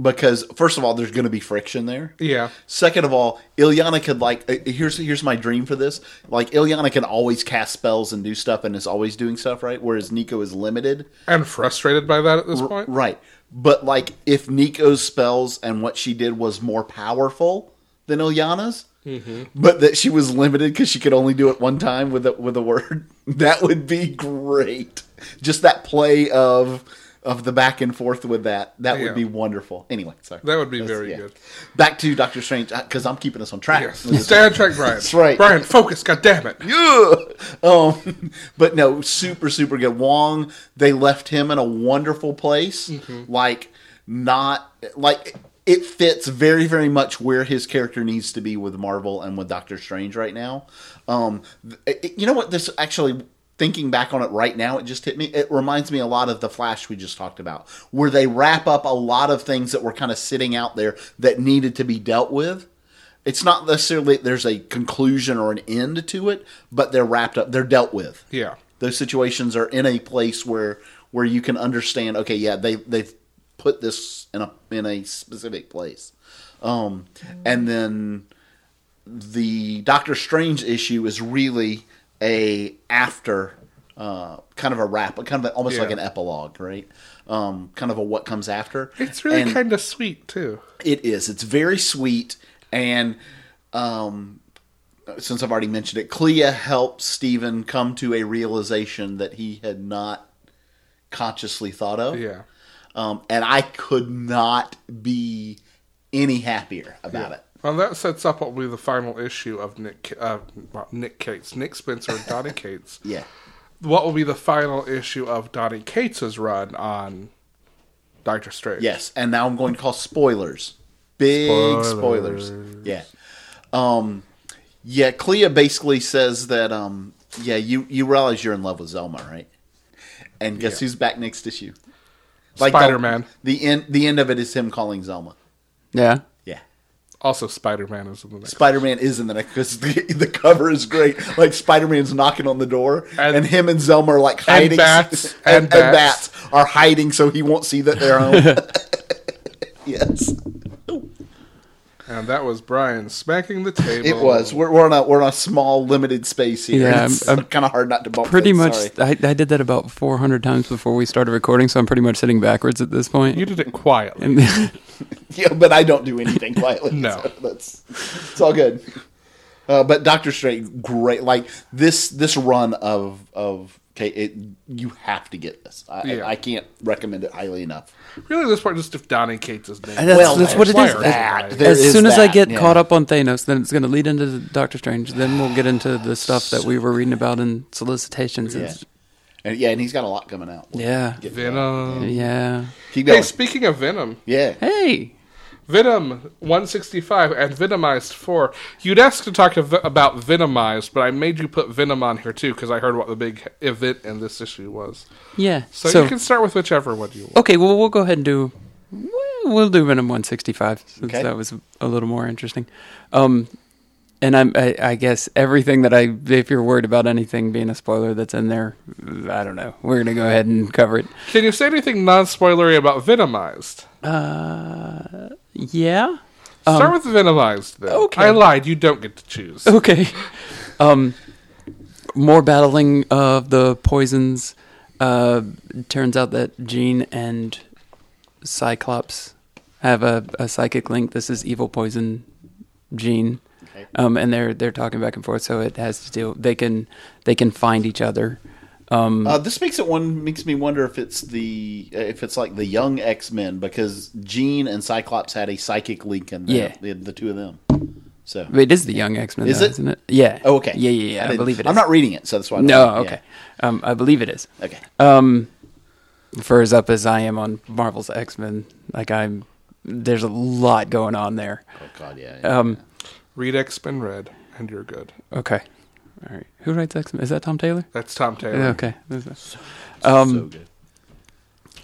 S2: because first of all, there's going to be friction there.
S1: Yeah.
S2: Second of all, Ilyana could like uh, here's here's my dream for this. Like Ilyana can always cast spells and do stuff and is always doing stuff, right? Whereas Nico is limited.
S1: And frustrated by that at this point.
S2: Right. But like if Nico's spells and what she did was more powerful than Ilyana's,
S1: Mm-hmm.
S2: but that she was limited cuz she could only do it one time with a, with a word, that would be great. Just that play of of the back and forth with that. That
S1: Yeah.
S2: would be wonderful. Anyway, sorry.
S1: That would be
S2: That's-
S1: very
S2: yeah.
S1: good.
S2: Back to Doctor Strange cuz I'm keeping us on track.
S1: Yes.
S2: with this
S1: Stay on track, Brian. That's
S2: right.
S1: Brian, focus, god damn it.
S2: Ugh. um, but no, super, super good. Wong, they left him in a wonderful place. Like, not like it fits very, very much where his character needs to be with Marvel and with Doctor Strange right now. Um, th- it- you know what? This actually. Thinking back on it right now, it just hit me. It reminds me a lot of the Flash we just talked about, where they wrap up a lot of things that were kind of sitting out there that needed to be dealt with it's not necessarily that there's a conclusion or an end to it, but they're wrapped up. They're dealt with.
S1: Yeah.
S2: Those situations are in a place where where you can understand. Okay, yeah, they they've put this in a in a specific place, um, and then the Doctor Strange issue is really a after uh, kind of a wrap, kind of a, almost like
S1: Yeah.
S2: an epilogue, right? Um, kind of a what comes after.
S1: It's really
S2: And-
S1: kind of sweet too.
S2: it is. It's very sweet, and um, since I've already mentioned it, Clea helps Stephen come to a realization that he had not consciously thought of.
S1: Yeah.
S2: Um, and I could not be any happier about it.
S1: Well, that sets up what will be the final issue of Nick, uh, not Nick Cates, Nick Spencer and Donnie Cates.
S2: Yeah.
S1: What will be the final issue of Donnie Cates' run on Doctor Strange?
S2: Yes, and now I'm going to call spoilers. Big spoilers. Yeah. Um yeah, Clea basically says that um yeah, you you realize you're in love with Zelma, right? And guess who's back next issue? the-
S1: Spider-Man.
S2: The, end the end of it is him calling Zelma.
S3: Yeah.
S2: Yeah.
S1: Also, Spider Man is in the next.
S2: Spider Man is in the next because the, the cover is great. Like Spider Man's knocking on the door,
S1: And-
S2: and, him and Zelma are like hiding.
S1: bats, and bats.
S2: bats are hiding so he won't see that they're home. yes.
S1: and that was Brian smacking the table.
S2: It was. We're, we're on a we're on a small limited space here.
S3: Um, Yeah,
S2: it's
S3: I'm- I'm
S2: kind of hard not to bump.
S3: Pretty
S2: things,
S3: much,
S2: sorry.
S3: I, I did that about 400 times before we started recording, so I'm pretty much sitting backwards at this point.
S1: You did it quietly.
S2: Yeah, but I don't do anything quietly.
S1: No.
S2: so that's it's all good. Uh, but Doctor Strange, great. Like this this run of of ta- it, you have to get this. I,
S1: Yeah.
S2: I can't recommend it highly enough.
S1: Really, at this point, just if Donnie Cates is named.
S3: And Uh, that's-
S2: well,
S3: that's what it
S2: there's
S3: is.
S2: That. There
S3: As
S2: is
S3: soon as I
S2: that,
S3: get
S2: yeah.
S3: caught up on Thanos, then it's going to lead into the Doctor Strange. Then we'll get into the stuff that we were reading about in solicitations.
S2: yeah.
S3: Yeah,
S2: And, yeah, and he's got a lot coming out.
S3: yeah. yeah.
S1: Venom.
S2: Keep
S1: Hey,
S2: going.
S1: speaking of Venom,
S2: yeah.
S3: Hey,
S1: Venom 165 and Venomized 4. You'd asked to talk of, about Venomized, but I made you put Venom on here too because I heard what the big event in this issue was.
S3: yeah.
S1: So,
S3: So,
S1: you can start with whichever one you want.
S3: okay, well, we'll go ahead and do. we'll- We'll do Venom 165 since
S2: Okay.
S3: that was a little more interesting. Um, and I'm, I, I guess everything that I, if you're worried about anything being a spoiler that's in there, I don't know. We're gonna go ahead and cover it.
S1: Can you say anything non spoilery about Venomized?
S3: Yeah.
S1: start with Venomized then.
S3: Um, okay.
S1: I lied. You don't get to choose.
S3: okay. Um, more battling of the poisons. Uh, turns out that Jean and Cyclops have a, a psychic link. This is evil poison Jean. Um, and they're they're talking back and forth, so it has to do. They can they can find each other. Um,
S2: Uh, this makes it one makes me wonder if it's the uh, if it's like the young X Men because Jean and Cyclops had a psychic link in them,
S3: Yeah.
S2: the, the two of them. So
S3: it is the young X Men,
S2: Is
S3: though,
S2: it?
S3: isn't it? Yeah.
S2: oh, okay,
S3: Yeah, yeah, yeah. I,
S2: didn't-
S3: believe it. Is.
S2: I'm not reading it, so that's why. I don't
S3: No,
S2: know. Yeah.
S3: okay. Um, I believe it is.
S2: okay.
S3: um for as up as i am on marvel's x-men like i'm there's a lot going on there
S2: Oh God, yeah. yeah.
S3: um
S1: Read X Men Red, and you're good.
S3: okay all right who writes x-men is that tom taylor
S1: That's Tom Taylor.
S3: Yeah, okay
S2: so
S3: um
S2: good.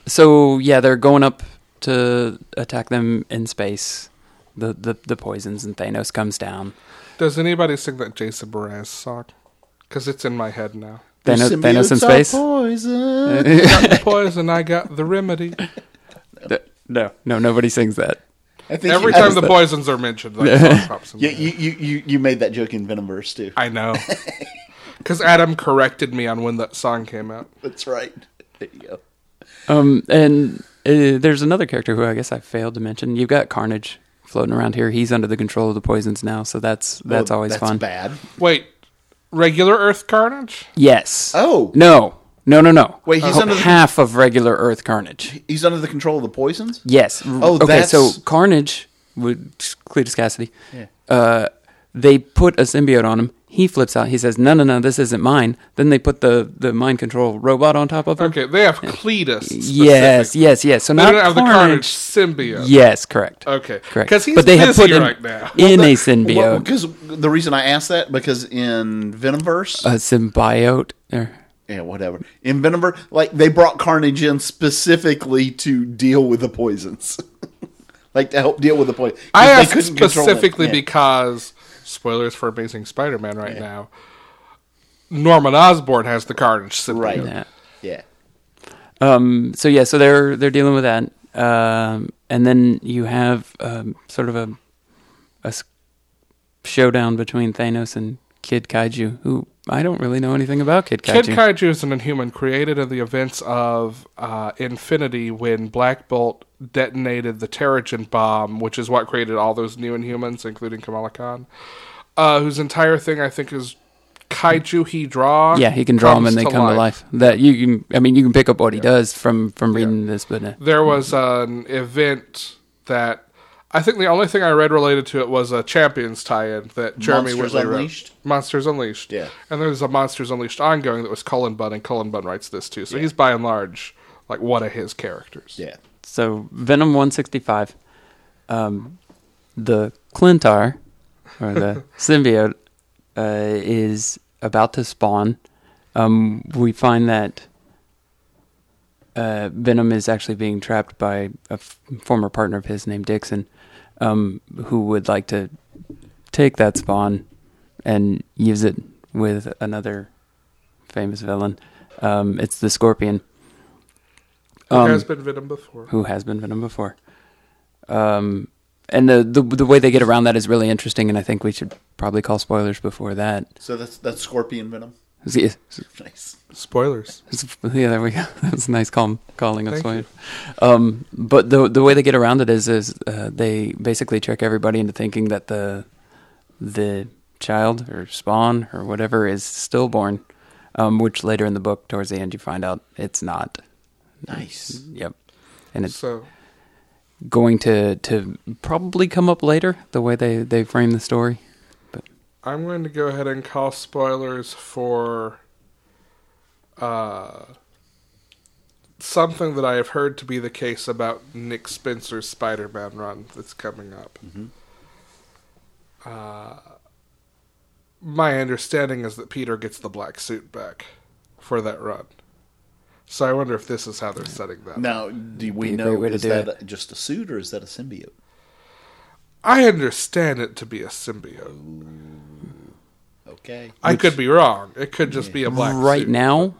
S3: so yeah they're going up to attack them in space the the, the poisons and thanos comes down
S1: Does anybody sing that Jason Mraz song? Because it's in my head now.
S3: thanos,
S2: Symbiotes
S3: thanos in
S2: are
S3: space
S2: Poison.
S1: Got the poison, I got the remedy.
S3: Th- no no nobody sings that
S2: I think
S1: Every
S2: you,
S1: time the poisons are mentioned, that song pops in.
S2: you,
S1: my head.
S2: you, you, you, you made that joke in Venomverse too.
S1: I know. Because Adam corrected me on when that song came out.
S2: That's right. There you go.
S3: Um, and uh, there's another character who I guess I failed to mention. You've got Carnage floating around here. He's under the control of the poisons now, so that's that's
S2: Well,
S3: always fun.
S2: Oh, Bad.
S1: Wait, regular Earth Carnage?
S3: Yes.
S2: Oh.
S3: no, no, no, no.
S2: Wait, he's
S3: Oh,
S2: under the-
S3: half of regular Earth Carnage.
S2: He's under the control of the poisons.
S3: Yes.
S2: Oh,
S3: okay.
S2: that's-
S3: So Carnage with Cletus Cassidy. Uh, they put a symbiote on him. He flips out. He says, "No, no, no, this isn't mine." Then they put the the mind control robot on top of him.
S1: Okay, they have Cletus.
S3: Yes,
S1: specifically.
S3: yes, yes. So
S1: They
S3: now
S1: don't have the Carnage symbiote.
S3: Yes, correct.
S1: Okay.
S3: Correct.
S1: Because he's
S3: but they
S1: busy
S3: have put him
S1: right now.
S3: in a symbiote,
S2: Because the reason I asked that because in Venomverse,
S3: a symbiote. Or,
S2: yeah, whatever. In Venomverse, like they brought Carnage in specifically to deal with the poisons, like to help deal with the poison. 'Cause
S1: I
S2: they
S1: asked
S2: couldn't control them.
S1: specifically
S2: Yeah.
S1: because spoilers for Amazing Spider-Man right now. Norman Osborn has the Carnage symbiote.
S2: Right.
S3: yeah.
S2: yeah.
S3: Um. So yeah. So they're they're dealing with that. Um. And then you have um sort of a a s- showdown between Thanos and Kid Kaiju, who I don't really know anything about. Kid Kaiju.
S1: Kid Kaiju is an inhuman created in the events of uh, Infinity when Black Bolt detonated the Terrigen bomb, which is what created all those new inhumans, including Kamala Khan, uh, whose entire thing I think is Kaiju he draw.
S3: yeah, he can draw them
S1: comes
S3: and they come to life. That you can. I mean, you can pick up what he does from from reading this, but uh,
S1: There was an event that I think the only thing I read related to it was a Champions tie-in that Jeremy
S2: Monsters
S1: Whitley wrote.
S2: Unleashed?
S1: Monsters Unleashed.
S2: Yeah.
S1: And there's a Monsters Unleashed ongoing that was Cullen Bunn, and Cullen Bunn writes this too. So he's by and large like one of his characters.
S2: Yeah.
S3: So Venom 165, um, the Clintar, or the symbiote, uh, is about to spawn. Um, we find that uh, Venom is actually being trapped by a f- former partner of his named Dixon, um, who would like to take that spawn and use it with another famous villain. Um, it's the Scorpion
S1: Who
S3: Um,
S1: has been Venom before?
S3: who has been Venom before. Um, and the, the the way they get around that is really interesting, and I think we should probably call spoilers before that.
S2: So that's that's Scorpion Venom.
S3: Yeah,
S2: Nice.
S1: Spoilers.
S3: there we go. That was a nice calm calling of
S1: Thank
S3: spoilers. Um, but the the way they get around it is is uh, they basically trick everybody into thinking that the the child or spawn or whatever is stillborn. um, which later in the book, towards the end, you find out it's not.
S2: Nice.
S3: Yep, and it's
S1: So
S3: going to to probably come up later. The way they they frame the story.
S1: I'm going to go ahead and call spoilers for uh, something that I have heard to be the case about Nick Spencer's Spider Man run that's coming up.
S3: Mm-hmm.
S1: Uh, my understanding is that Peter gets the black suit back for that run. So I wonder if this is how they're setting that. up.
S2: Now, do we
S3: Be a great
S2: know
S3: way to
S2: is
S3: do
S2: that just a suit or is that a symbiote?
S1: I understand it to be a symbiote.
S2: Okay.
S1: I could be wrong. It could just be a black
S3: right
S1: suit.
S3: now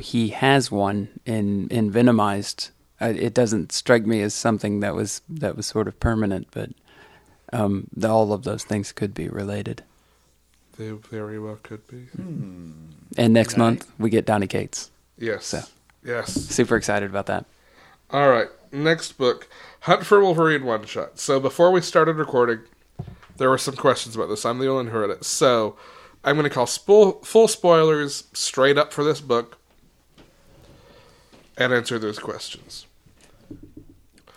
S3: he has one in in venomized Uh, it doesn't strike me as something that was that was sort of permanent but um the- all of those things could be related
S1: They very well could be.
S3: and next
S2: Okay.
S3: month we get donny cates
S1: Yes.
S3: So.
S1: Yes.
S3: super excited about that
S1: All right. Next book Hunt for Wolverine one shot. So before we started recording, there were some questions about this. I'm the only one who read it. So I'm going to call spo- full spoilers straight up for this book and answer those questions.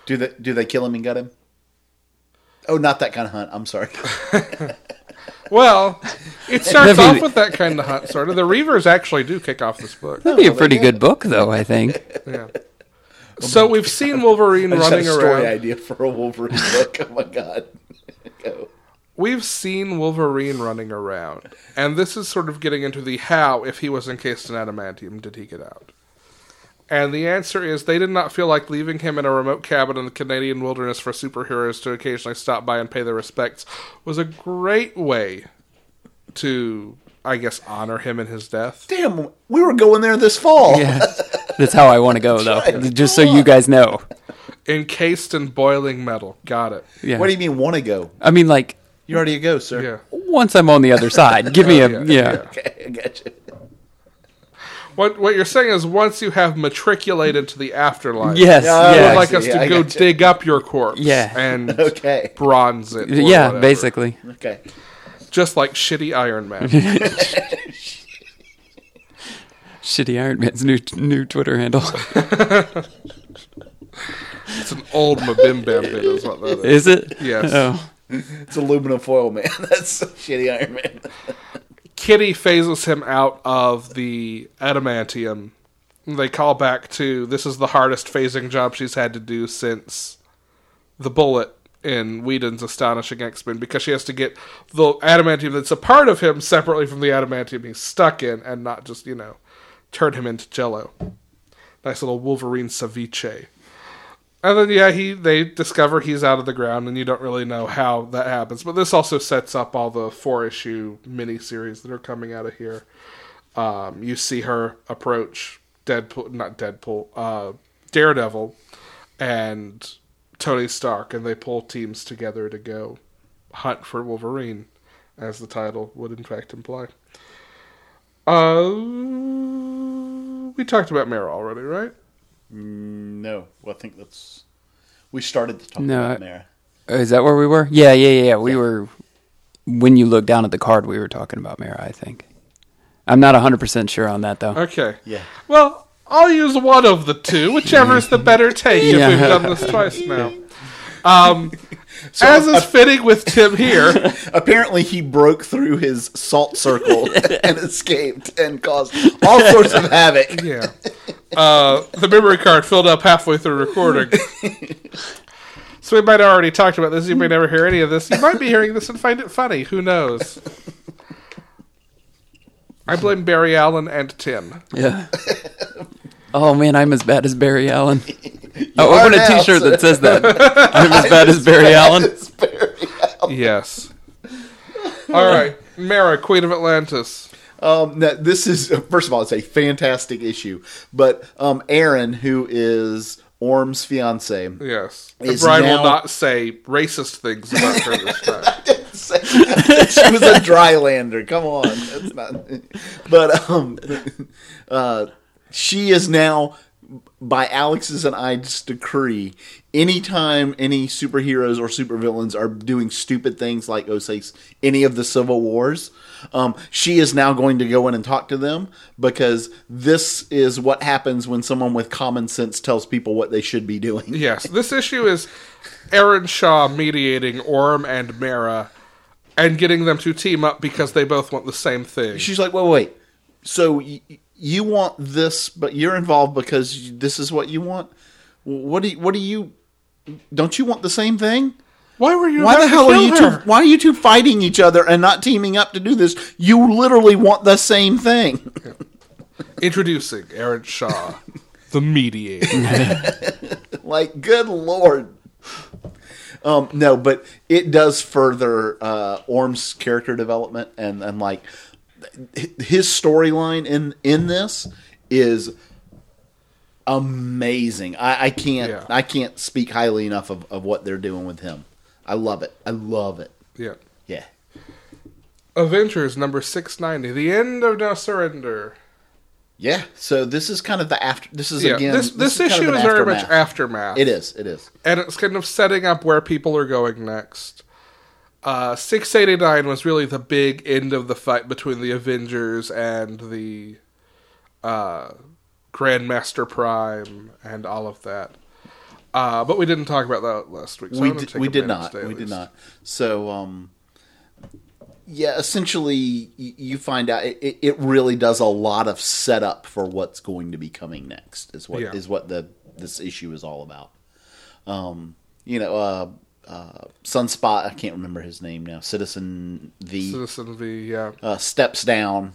S2: Do they do they kill him and gut him? Oh, not that kind of hunt. I'm sorry.
S1: Well, it starts
S3: That'd be-
S1: off with that kind of hunt, sort of. The Reavers actually do kick off this book.
S3: that'd be a pretty good book though i think
S1: Yeah. So we've seen Wolverine
S2: I just had a
S1: running
S2: story
S1: around.
S2: idea for a Wolverine book. Oh my god. Go.
S1: we've seen Wolverine running around, and this is sort of getting into the how, if he was encased in adamantium, did he get out? And the answer is they did not feel like leaving him in a remote cabin in the Canadian wilderness for superheroes to occasionally stop by and pay their respects was a great way to, I guess, honor him in his death.
S2: Damn, we were going there this fall.
S3: that's how i want to go though
S2: right.
S3: just so you guys know
S1: Encased in boiling metal. Got it.
S3: yeah
S2: What do you mean want to go?
S3: i mean like
S2: You're already a go, sir.
S1: Yeah.
S3: once i'm on the other side give me a
S1: yeah,
S3: yeah,
S1: yeah.
S2: Okay, I got you.
S1: What what you're saying is once you have matriculated to the afterlife,
S3: yes
S2: Yeah, I
S1: you would
S3: yeah,
S2: I
S1: like
S2: see.
S1: us
S2: Yeah,
S1: to
S2: I
S1: go
S2: gotcha.
S1: dig up your corpse
S3: Yeah.
S1: and
S2: Okay.
S1: bronze it. or
S3: yeah
S1: whatever.
S3: basically
S2: Okay.
S1: Just like shitty Iron Man.
S3: shitty iron man's new new twitter handle
S1: it's an old Mabim Bam bit, is what that is.
S3: Is it?
S1: Yes.
S3: Oh.
S2: It's aluminum foil, man. That's shitty Iron Man.
S1: Kitty phases him out of the adamantium. They call back to this is the hardest phasing job she's had to do since the bullet in Whedon's Astonishing X Men because she has to get the adamantium that's a part of him separately from the adamantium he's stuck in and not just, you know, turn him into jello. Nice little Wolverine ceviche. And then yeah, he they discover he's out of the ground, and you don't really know how that happens. But this also sets up all the four issue miniseries that are coming out of here. Um, you see her approach Deadpool, not Deadpool, uh, Daredevil, and Tony Stark, and they pull teams together to go hunt for Wolverine, as the title would in fact imply. Uh, we talked about Mara already, right?
S2: No, well, I think that's. We started to talk
S3: No,
S2: about
S3: I-
S2: Mara.
S3: Oh, Is that where we were? Yeah, yeah, yeah. We were when you look down at the card, we were talking about Mara, I think. I'm not 100% sure on that though.
S1: Okay.
S2: Yeah.
S1: Well, I'll use one of the two, whichever's the better take if we've
S3: Yeah.
S1: done this twice now. Um, as is fitting with Tim here,
S2: Apparently, he broke through his salt circle and escaped and caused all sorts of havoc.
S1: yeah, uh, the memory card filled up halfway through recording. So we might have already talked about this. You may never hear any of this. You might be hearing this and find it funny. Who knows? I blame Barry Allen and Tim.
S3: Yeah. oh man, I'm as bad as Barry Allen. I
S2: are
S3: want a
S2: now,
S3: t-shirt
S2: sir.
S3: that says that. I'm as bad as Barry Allen.
S2: It's very-
S1: Yes. All right, Mara, Queen of Atlantis.
S2: Um, now, this is first of all, it's a fantastic issue. But um, Aaron, who is Orm's fiance,
S1: Yes. And
S2: is
S1: Brian
S2: now-
S1: will not say racist things about her this time.
S2: she was a drylander. Come on, that's not. But um, uh, she is now by Alex's and I's decree, anytime any superheroes or supervillains are doing stupid things like, oh, say, any of the Civil Wars, um, she is now going to go in and talk to them because this is what happens when someone with common sense tells people what they should be doing.
S1: Yes, this issue is Aaron Shaw mediating Orm and Mara and getting them to team up because they both want the same thing.
S2: She's like, wait, wait. So y- you want this, but you're involved because you, this is what you want. What do you, what do you? Don't you want the same thing?
S1: Why were you?
S2: Why the hell are you
S1: two?
S2: two? Why are you two fighting each other and not teaming up to do this? You literally want the same thing.
S1: Introducing Aaron Shaw, the mediator.
S2: like, good lord. Um, no, but it does further uh, Orm's character development and and like h- his storyline in in this is amazing. I, I can't
S1: Yeah.
S2: I can't speak highly enough of, of what they're doing with him. I love it. I love it.
S1: yeah.
S2: Yeah.
S1: Avengers number six ninety. The end of No Surrender.
S2: Yeah. So this is kind of the after. This is
S1: Yeah,
S2: again.
S1: this this,
S2: kind of
S1: issue
S2: an
S1: is very much
S2: aftermath.
S1: aftermath.
S2: It is. It is.
S1: and it's kind of setting up where people are going next. Uh, 689 was really the big end of the fight between the Avengers and the uh, Grandmaster Prime and all of that. Uh, but we didn't talk about that last week. So
S2: we
S1: I'm gonna
S2: did,
S1: take
S2: we
S1: a
S2: did
S1: minute
S2: not.
S1: today, at
S2: We did
S1: least.
S2: not. So, um, yeah, essentially, y- you find out it- it, it really does a lot of setup for what's going to be coming next. Is what is
S1: Yeah.
S2: what the this issue is all about. Um, you know, uh, uh, Sunspot. I can't remember his name now. Citizen V
S1: Citizen V, yeah.
S2: uh, steps down,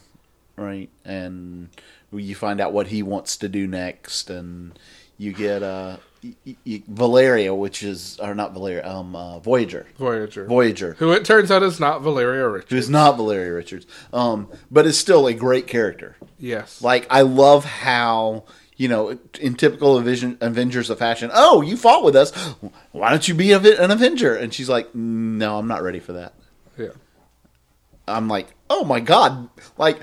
S2: right? And you find out what he wants to do next, and you get uh, y- y- y- Valeria, which is or not Valeria, um, uh, Voyager,
S1: Voyager.
S2: Voyager,
S1: Who it turns out is not Valeria
S2: who
S1: Richards.
S2: is not Valeria Richards, um, but is still a great character.
S1: Yes.
S2: Like I love how you know in typical Avision, Avengers of fashion. Oh, you fought with us. Why don't you be a vi- an Avenger? And she's like, No, I'm not ready for that.
S1: yeah.
S2: I'm like, oh my god, like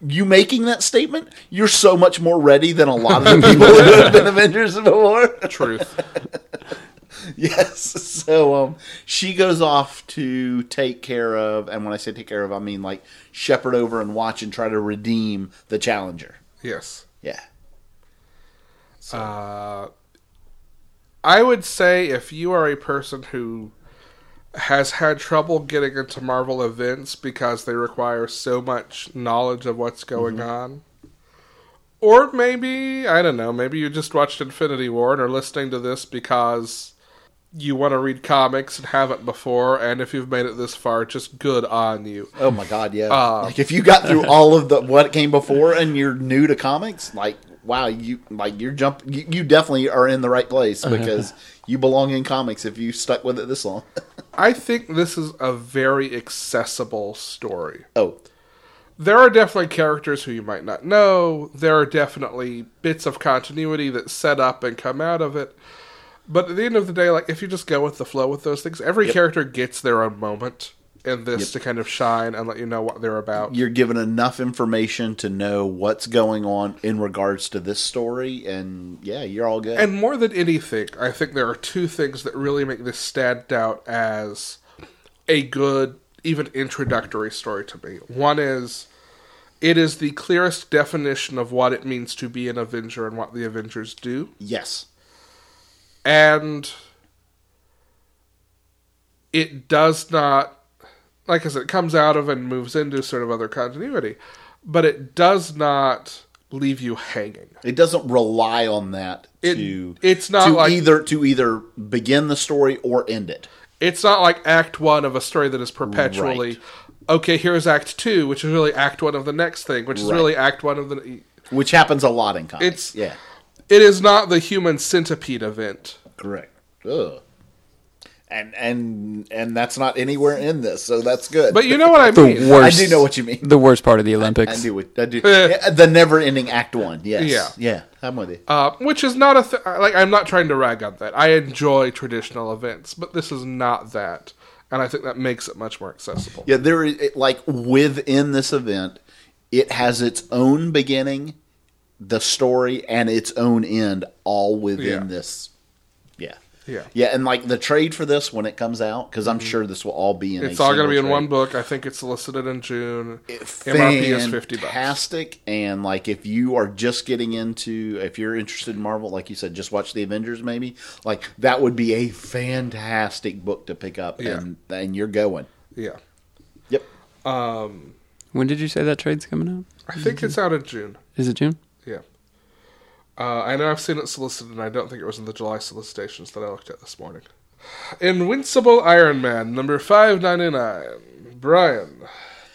S2: you making that statement, you're so much more ready than a lot of the people who have been Avengers before.
S1: Truth.
S2: yes. So um, she goes off to take care of, and when I say take care of, I mean like shepherd over and watch and try to redeem the challenger.
S1: yes.
S2: Yeah.
S1: Uh, I would say if you are a person who has had trouble getting into Marvel events because they require so much knowledge of what's going on, or maybe, I don't know, maybe you just watched Infinity War and are listening to this because you want to read comics and haven't before, and if you've made it this far, just good on you.
S2: Oh my god, yeah. like if you got through all of the what came before and you're new to comics, like wow, you like you're jump you, you definitely are in the right place because you belong in comics if you stuck with it this long.
S1: I think this is a very accessible story.
S2: oh,
S1: there are definitely characters who you might not know. There are definitely bits of continuity that set up and come out of it. But at the end of the day, like if you just go with the flow with those things, every character gets their own moment in this to kind of shine and let you know what they're about.
S2: you're given enough information to know what's going on in regards to this story and yeah, you're all good.
S1: And more than anything, I think there are two things that really make this stand out as a good, even introductory story to me. One is it is the clearest definition of what it means to be an Avenger and what the Avengers do.
S2: yes.
S1: and it does not like i said it comes out of and moves into sort of other continuity but it does not leave you hanging
S2: It doesn't rely on that
S1: It-
S2: to
S1: it's not
S2: to
S1: like-
S2: either to either begin the story or end it.
S1: it's not like act one of a story that is perpetually
S2: Right.
S1: okay here's act two which is really act one of the next thing which is
S2: Right.
S1: really act one of the
S2: Which happens a lot in comics.
S1: It's-
S2: yeah.
S1: it is not the human centipede event
S2: Correct. Ugh. And and and that's not anywhere in this, so that's good.
S1: but you know what i
S3: The
S1: mean
S3: worst.
S2: I do know what you mean.
S3: The worst part of the
S2: I
S3: Olympics.
S2: do. what- I do. Yeah, the never-ending Act One. Yes.
S1: Yeah.
S2: Yeah. I'm with you.
S1: uh, which is not a th- like I'm not trying to rag on that. I enjoy traditional events, but this is not that, and I think that makes it much more accessible.
S2: Yeah. There is it- like within this event, it has its own beginning the story and its own end all within
S1: Yeah.
S2: this. Yeah.
S1: Yeah. Mm-hmm.
S2: Yeah, and like the trade for this when it comes out, because I'm sure this will all be in.
S1: It's
S2: a
S1: all going to
S2: single
S1: be in
S2: trade.
S1: one book. I think it's solicited in June. MRP is 50 bucks.
S2: fantastic and like if you are just getting into if you're interested in marvel like you said just watch the avengers maybe like that would be a fantastic book to pick up
S1: Yeah.
S2: and and you're going
S1: Yeah.
S2: yep
S1: Um,
S3: When did you say that trade's coming out?
S1: I think it's out in June.
S3: Is it June?
S1: Yeah. Uh, I know I've seen it solicited, and I don't think it was in the July solicitations that I looked at this morning. Invincible Iron Man, number 599. Brian,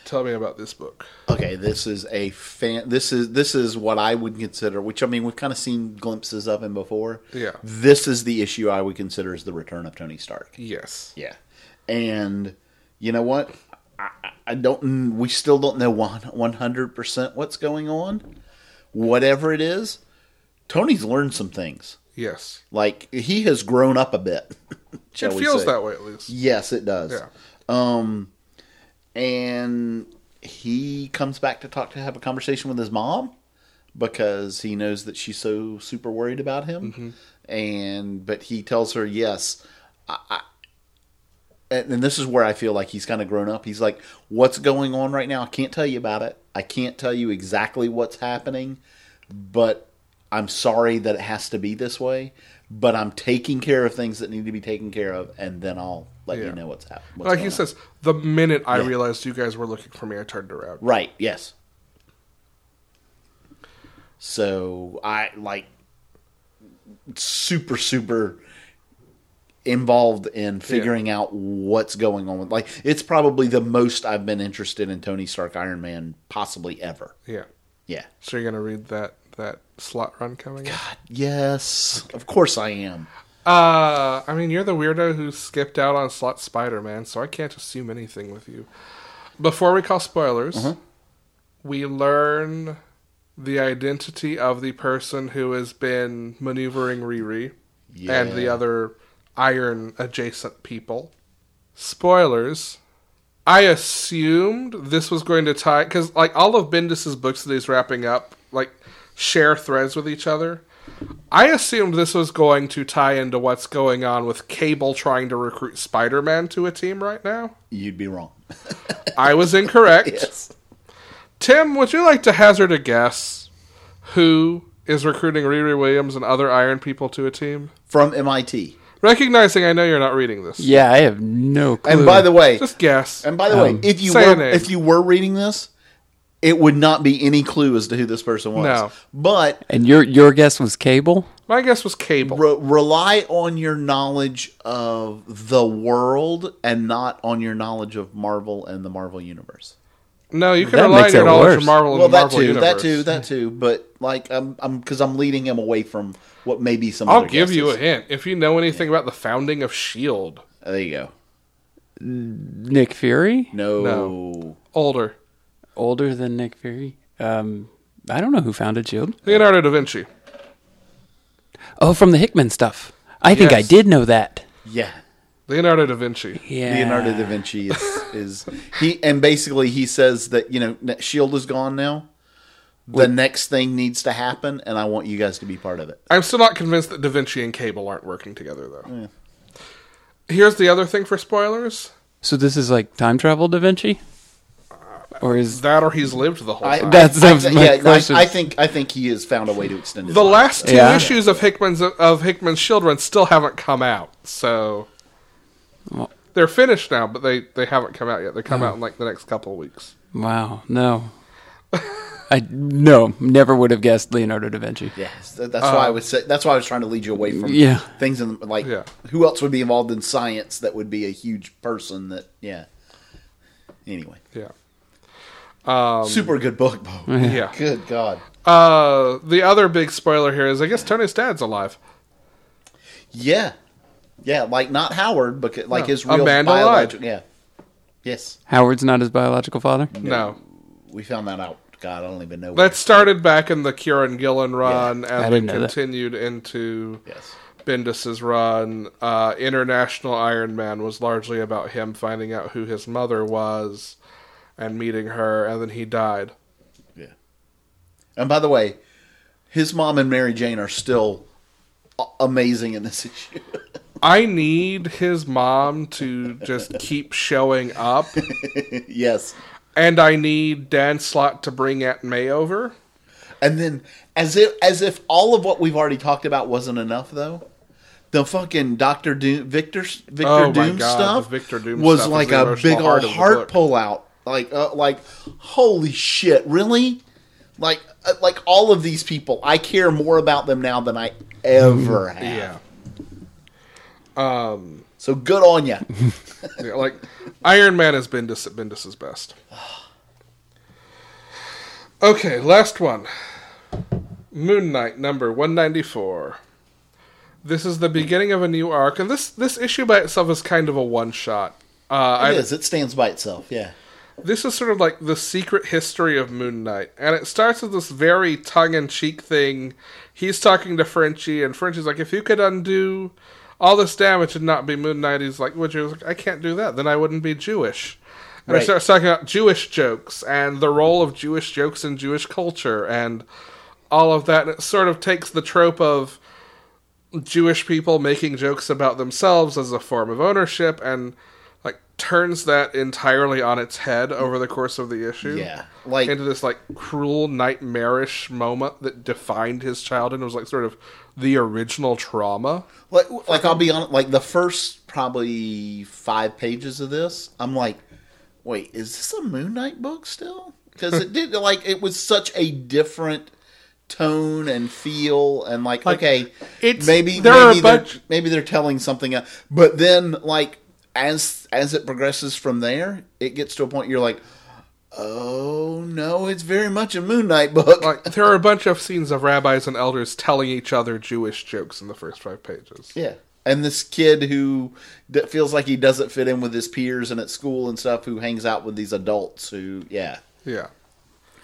S1: tell me about this book.
S2: okay this is a fan this is this is what i would consider which i mean we've kind of seen glimpses of him before
S1: Yeah.
S2: this is the issue i would consider as the return of tony stark
S1: Yes.
S2: Yeah, and you know what? I, I- I don't. We still don't know one one hundred percent what's going on. Whatever it is, Tony's learned some things.
S1: Yes.
S2: Like he has grown up a bit. shall
S1: it
S2: we
S1: feels
S2: say.
S1: that way, at least.
S2: Yes, it does.
S1: Yeah.
S2: Um, and he comes back to talk to have a conversation with his mom because he knows that she's so super worried about him.
S1: Mm-hmm.
S2: And but he tells her, "Yes, I." I and, and this is where I feel like he's kind of grown up. He's like, "What's going on right now? I can't tell you about it. I can't tell you exactly what's happening, but." I'm sorry that it has to be this way, but I'm taking care of things that need to be taken care of, and then I'll let
S1: Yeah.
S2: you know what's happening.
S1: Like he says, the minute I realized you guys were looking for me, I turned around.
S2: Right. Yes. So I like super super involved in figuring out what's going on with like it's probably the most I've been interested in Tony Stark Iron Man possibly ever.
S1: Yeah.
S2: Yeah.
S1: So you're going to read that that slot run coming up?
S2: Yes. Of course I am.
S1: Uh, I mean, you're the weirdo who skipped out on slot Spider Man, so I can't assume anything with you. Before we call spoilers,
S2: Uh-huh.
S1: we learn the identity of the person who has been maneuvering Riri and the
S2: Yeah.
S1: other iron adjacent people. Spoilers. I assumed this was going to tie because like all of Bendis's books that he's wrapping up like share threads with each other. I assumed this was going to tie into what's going on with Cable trying to recruit Spider-Man to a team right now.
S2: You'd be wrong.
S1: I was incorrect.
S2: yes.
S1: Tim, would you like to hazard a guess who is recruiting Riri Williams and other Iron people to a team?
S2: From MIT.
S1: Recognizing I know you're not reading this.
S3: Yeah, I have no clue.
S2: And by the way,
S1: Just guess.
S2: And by the
S3: Um,
S2: way, if you
S1: say a
S2: were
S1: name.
S2: if you were reading this, it would not be any clue as to who this person was.
S1: No.
S2: But
S3: and your your guess was Cable.
S1: My guess was Cable.
S2: re- rely on your knowledge of the world and not on your knowledge of Marvel and the Marvel universe.
S1: No, you can
S3: That
S1: rely on
S3: makes
S1: your
S3: it
S1: knowledge of
S3: worse.
S1: Marvel and
S2: well,
S1: the
S2: that
S1: Marvel
S2: too,
S1: universe.
S2: that too, that too. But like, I'm, I'm because I'm leading him away from what may be some.
S1: I'll
S2: other
S1: give you a
S2: guesses.
S1: hint. If you know anything about the founding of Shield,
S2: There you go.
S3: Nick Fury,
S2: No.
S1: No. older
S3: older than Nick Fury. Um, I E don't know who founded Shield.
S1: Leonardo da Vinci.
S3: Oh, from the Hickman stuff. I think I
S1: Yes.
S3: did know that.
S2: Yeah.
S1: Leonardo da Vinci.
S3: Yeah,
S2: Leonardo da Vinci is, is he, and basically he says that you know ne- Shield E is gone now. The next thing needs to happen, and I want you guys to be part of it.
S1: I'm still not convinced that Da Vinci and Cable aren't working together, though. Here's the other thing for spoilers:
S3: So this is like time travel Da Vinci, or is
S1: that or he's lived the whole time.
S3: That's-
S2: I,
S3: that's
S2: th-
S3: my
S2: yeah, no, I-
S3: question.
S2: I, think I think he has found a way to extend his
S1: the
S2: life.
S1: last two
S3: Yeah.
S1: issues of Hickman's of Hickman's Children still haven't come out, so they're finished now, but they they haven't come out yet. They come out in like the next couple of weeks.
S3: wow? No, I no never would have guessed Leonardo da Vinci.
S2: Yeah, so that's why I was say, that's why I was trying to lead you away from
S3: Yeah.
S2: things in like
S1: Uh, Yeah.
S2: who else would be involved in science that would be a huge person that yeah. Anyway,
S1: Yeah.
S2: super good book, Bo.
S1: Um, Yeah.
S2: Good God.
S1: Uh, the other big spoiler here is I guess Tony's dad's alive.
S2: Yeah, yeah, like not Howard, but like
S1: No,
S2: his real
S1: Amanda
S2: biological.
S1: lied.
S2: Yeah. Yes.
S3: Howard's not his biological father.
S1: No.
S2: We found that out. God, I don't even know.
S1: That started back in the Kieran Gillen run
S3: I
S1: and then
S3: didn't know that.
S1: continued into
S2: Yes.
S1: Bendis's run. Uh, International Iron Man was largely about him finding out who his mother was and meeting her, and then he died.
S2: Yeah. And by the way, his mom and Mary Jane are still a- amazing in this issue.
S1: I need his mom to just keep showing up,
S2: yes.
S1: and I need Dan Slot to bring Aunt May over.
S2: And then as if as if all of what we've already talked about wasn't enough though. The fucking Doctor Doom, Victor, Victor
S1: Oh my
S2: Doom
S1: God,
S2: stuff
S1: the Victor Doom
S2: was
S1: stuff is
S2: like
S1: the
S2: a
S1: emotional
S2: big
S1: heart
S2: old
S1: of the
S2: heart
S1: book.
S2: pull out. Like, uh, like, holy shit, really? Like, uh, like all of these people, I care more about them now than I ever have.
S1: Yeah.
S2: So good on you.
S1: Yeah, like Iron Man has been Bendis at Bendis's best. Okay, last one. Moon Knight number one ninety four. This is the beginning of a new arc, and this this issue by itself is kind of a one shot. Uh,
S2: it
S1: I,
S2: is. It stands by itself. Yeah.
S1: this is sort of like the secret history of Moon Knight, and it starts with this very tongue in cheek thing. He's talking to Frenchie, and Frenchie's like, "If you could undo all this damage and not be Moon Knight," he's like, "Would you?" He's like, I can't do that. Then I wouldn't be Jewish. And he
S2: Right.
S1: starts talking about Jewish jokes and the role of Jewish jokes in Jewish culture and all of that. And it sort of takes the trope of Jewish people making jokes about themselves as a form of ownership and like turns that entirely on its head over the course of the issue.
S2: Yeah. Like,
S1: into this like cruel nightmarish moment that defined his childhood and was like sort of the original trauma.
S2: like, like I'll be honest. Like the first probably five pages of this, I'm like, wait, is this a Moon Knight book still? Because it did like it was such a different tone and feel, and like, okay,
S1: it's-
S2: maybe
S1: there are a
S2: maybe they're,
S1: bunch-
S2: maybe they're telling something, else. but then like as as it progresses from there, it gets to a point you're like. Oh no! It's very much a Moon Knight book.
S1: Like there are a bunch of scenes of rabbis and elders telling each other Jewish jokes in the first five pages.
S2: Yeah. And this kid who that feels like he doesn't fit in with his peers and at school and stuff, who hangs out with these adults who, yeah.
S1: Yeah.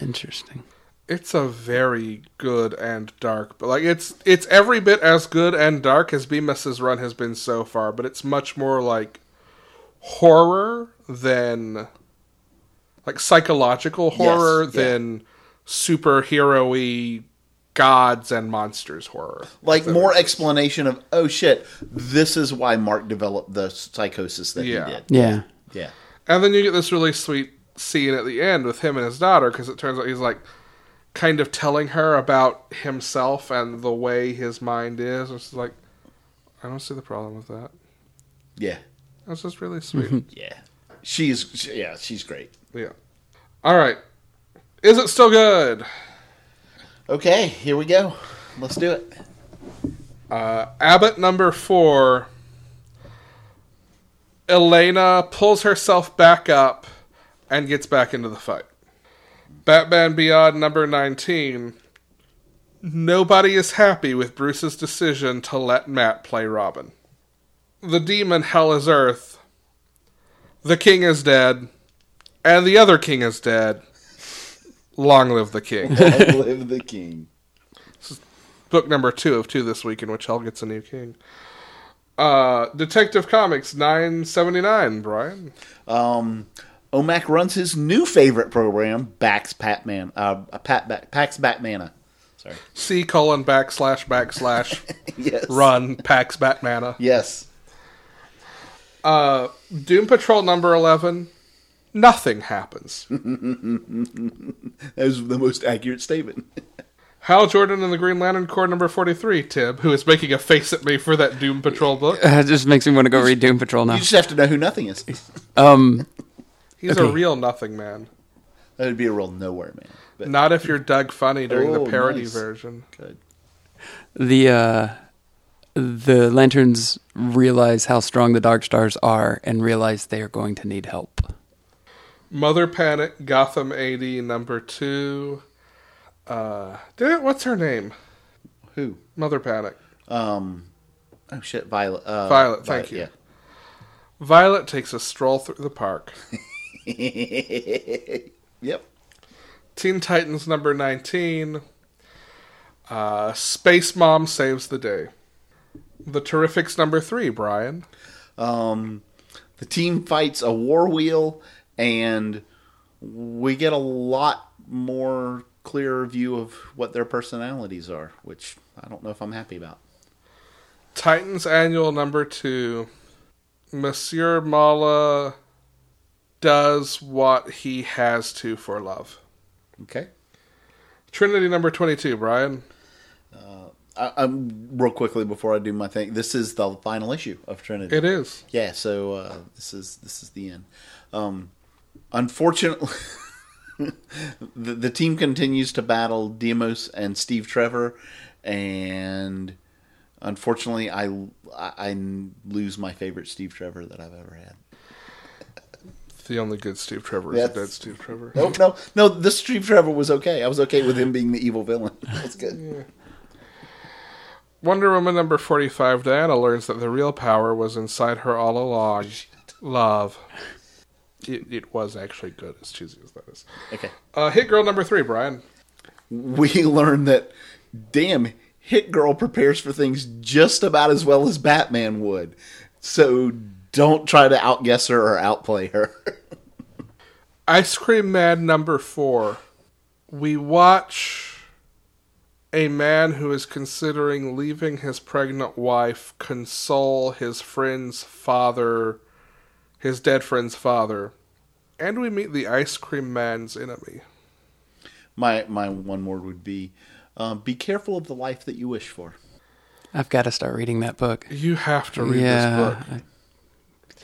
S3: Interesting.
S1: It's a very good and dark, but like it's it's every bit as good and dark as Bemis's run has been so far, but it's much more like horror than like psychological horror
S2: yeah.
S1: than superhero-y gods and monsters horror.
S2: Like more explanation of, oh shit, this is why Mark developed the psychosis that
S1: Yeah.
S2: he did.
S3: Yeah.
S2: Yeah.
S1: And then you get this really sweet scene at the end with him and his daughter because it turns out he's like kind of telling her about himself and the way his mind is. It's like, I don't see the problem with that.
S2: Yeah.
S1: That's just really sweet.
S2: Yeah. She's, she- yeah, she's great.
S1: yeah. All right. Is it still good?
S2: Okay, here we go. Let's do it.
S1: Uh, Abbott number four. Elena pulls herself back up and gets back into the fight. Batman Beyond number 19. Nobody is happy with Bruce's decision to let Matt play Robin. The demon Hell is Earth. The king is dead. And the other king is dead. Long live the king.
S2: Long live the king.
S1: book number two of two this week in which hell gets a new king uh detective comics 979 brian
S2: Um, Omac runs his new favorite program, Bax Patman, uh, Pat, Bat, Pax Batmana. Sorry.
S1: c colon backslash backslash
S2: Yes.
S1: run pax batmana
S2: Yes.
S1: uh doom patrol number 11 nothing happens
S2: That is the most accurate statement.
S1: hal jordan and the green lantern corps number 43 tim who is making a face at me for that doom patrol book
S3: It just makes me want to go read Doom Patrol now.
S2: You just have to know who nothing is.
S3: Um,
S1: he's a
S3: Okay.
S1: real nothing man
S2: That would be a real nowhere man. But
S1: not if you're doug funny during
S2: Oh,
S1: the parody
S2: nice.
S1: version
S2: good.
S3: the uh, the lanterns realize how strong the Dark Stars are and realize they are going to need help.
S1: Mother Panic, Gotham AD number two. Uh, did it, what's her name?
S2: Who?
S1: Mother Panic.
S2: Um. Oh shit, Violet. Uh,
S1: Violet, thank you. Violet takes a stroll through the park.
S2: you. yep.
S1: Teen Titans number 19. Uh, Space Mom saves the day. The Terrifics number three, Brian.
S2: Um, the team fights a war wheel, and we get a lot more clearer view of what their personalities are, which I don't know if I'm happy about.
S1: Titans Annual number two. Monsieur Mala does what he has to for love.
S2: Okay.
S1: Trinity number 22, Brian.
S2: I, I'm real quickly before I do my thing. This is the final issue of Trinity.
S1: It is.
S2: yeah so uh, this is this is the end um unfortunately the, the team continues to battle demos and steve trevor and unfortunately I, I I lose my favorite steve trevor that i've ever had
S1: The only good Steve Trevor is
S2: That's-
S1: dead Steve Trevor.
S2: no no no this steve trevor was okay i was okay with him being the evil villain that's good
S1: Wonder Woman number 45, Diana learns that the real power was inside her all along. Love. It, it was actually good, as cheesy as that is.
S2: okay
S1: Uh, Hit Girl number three, Brian.
S2: we learn that damn hit girl prepares for things just about as well as batman would so don't try to outguess her or outplay her
S1: Ice Cream Man number four. We watch a man who is considering leaving his pregnant wife console his friend's father, his dead friend's father, and we meet the Ice Cream Man's enemy.
S2: my my one word would be um, be careful of the life that you wish for
S3: I've got to start reading that book.
S1: You have to read this book.
S3: yeah. I-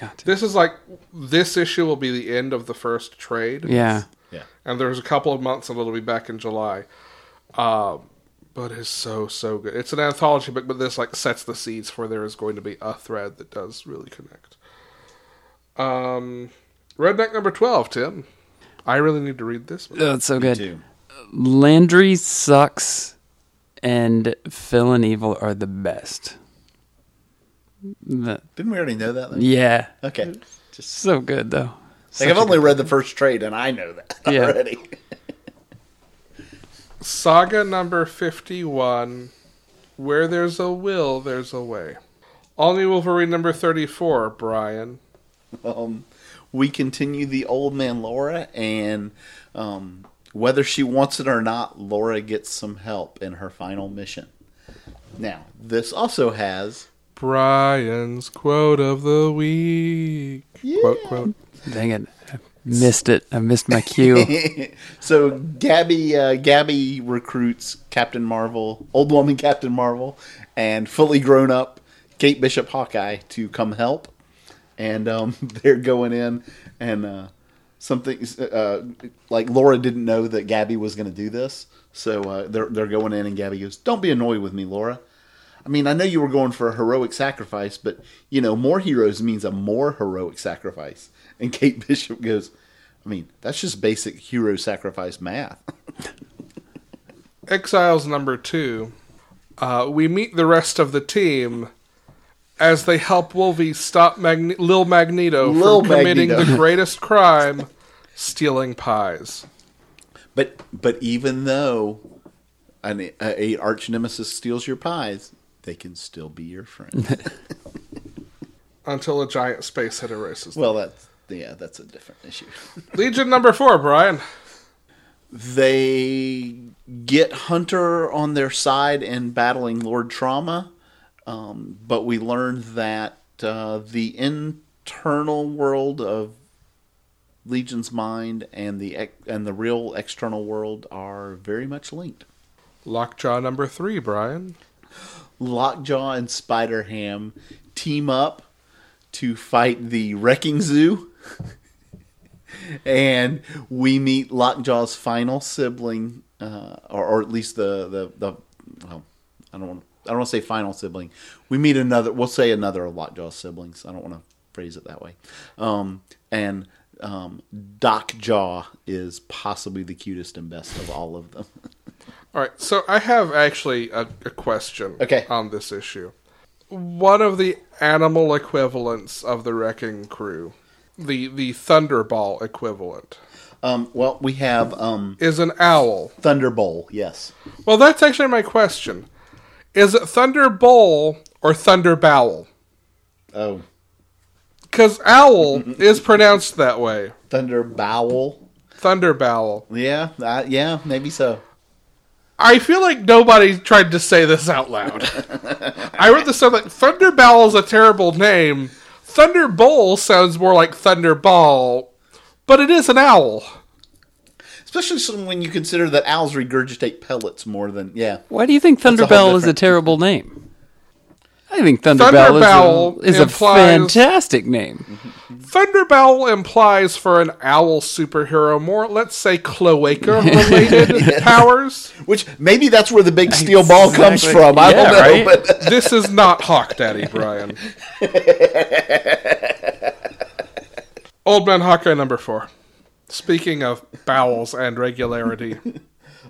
S3: got to.
S1: This is like this issue will be the end of the first trade.
S3: Yeah.
S2: yeah
S1: and there's a couple of months and it'll be back in July. Um, but it's so so good. It's an anthology book, but this like sets the seeds for there is going to be a thread that does really connect. Um, Redneck number twelve, Tim. I really need to read this. One.
S3: Oh, it's so good.
S2: too
S3: Landry sucks, and Phil and Evil are the best. The-
S2: didn't we already know that though?
S3: yeah,
S2: okay just
S3: so good though.
S2: like i've only read the first trade and i know that
S3: Yeah.
S2: already
S1: Saga number fifty-one. Where there's a will, there's a way. All new Wolverine number thirty-four, Brian.
S2: um, we continue the old man Laura, and um, whether she wants it or not, Laura gets some help in her final mission. Now, this also has
S1: Brian's quote of the week. Quote quote.
S3: Dang it, I missed it. I missed my cue.
S2: so Gabby. Uh, Gabby recruits Captain Marvel, old woman Captain Marvel, and fully grown up Kate Bishop Hawkeye to come help, and um, they're going in and uh, something uh, like Laura didn't know that Gabby was going to do this, so uh, they're they're going in and Gabby goes, "Don't be annoyed with me, Laura." I mean, I know you were going for a heroic sacrifice, but you know, more heroes means a more heroic sacrifice. And Kate Bishop goes, I mean, that's just basic hero sacrifice math.
S1: Exiles number two, uh, we meet the rest of the team as they help Wolvie stop Magne- Lil Magneto
S2: Lil
S1: from committing
S2: Magneto.
S1: the greatest crime, stealing pies.
S2: but but even though an a, a arch nemesis steals your pies, they can still be your friend.
S1: Until a giant space hit erases. them.
S2: well, that's yeah, that's a different issue.
S1: Legion number four, Brian.
S2: they get Hunter on their side in battling Lord Trauma, um, but we learned that uh, the internal world of Legion's mind and the ex- and the real external world are very much linked.
S1: Lockjaw number three, Brian.
S2: Lockjaw and Spider Ham team up to fight the Wrecking Zoo. and we meet Lockjaw's final sibling, uh, or, or at least the, the, the well, I don't want I don't want to say final sibling. We meet another. We'll say another of Lockjaw's siblings. I don't want to phrase it that way. Um, and um, Doc Jaw is possibly the cutest and best of all of them.
S1: All right, so I have actually a, a question
S2: Okay.
S1: on this issue. One of the animal equivalents of the Wrecking Crew, the, the Thunderball equivalent,
S2: Um, well, we have um,
S1: is an owl.
S2: Thunderbolt. Yes.
S1: Well, that's actually my question. Is it Thunder Bowl or Thunder Bowel?
S2: Oh,
S1: Because owl is pronounced that way.
S2: Thunder Bowel.
S1: Thunder Bowel.
S2: Yeah, uh, yeah, maybe so.
S1: I feel like nobody tried to say this out loud. I read this stuff like Thunderball is a terrible name. Thunderbowl sounds more like Thunderball, but it is an owl.
S2: Especially some- when you consider that owls regurgitate pellets more than yeah.
S3: Why do you think
S2: a whole
S3: Thunderbell is a
S2: different-
S3: terrible name? I think Thunderbell,
S1: Thunderbowl
S3: is, a, is a
S1: implies-
S3: fantastic name.
S1: Thunderbell implies for an owl superhero more, let's say, cloaca related powers.
S2: Which maybe that's where the big steel ball comes
S3: Exactly.
S2: from. I
S3: Yeah,
S2: don't know,
S3: right?
S2: but
S1: This is not Hawk Daddy, Brian. Old Man Hawkeye number four. Speaking of bowels and regularity,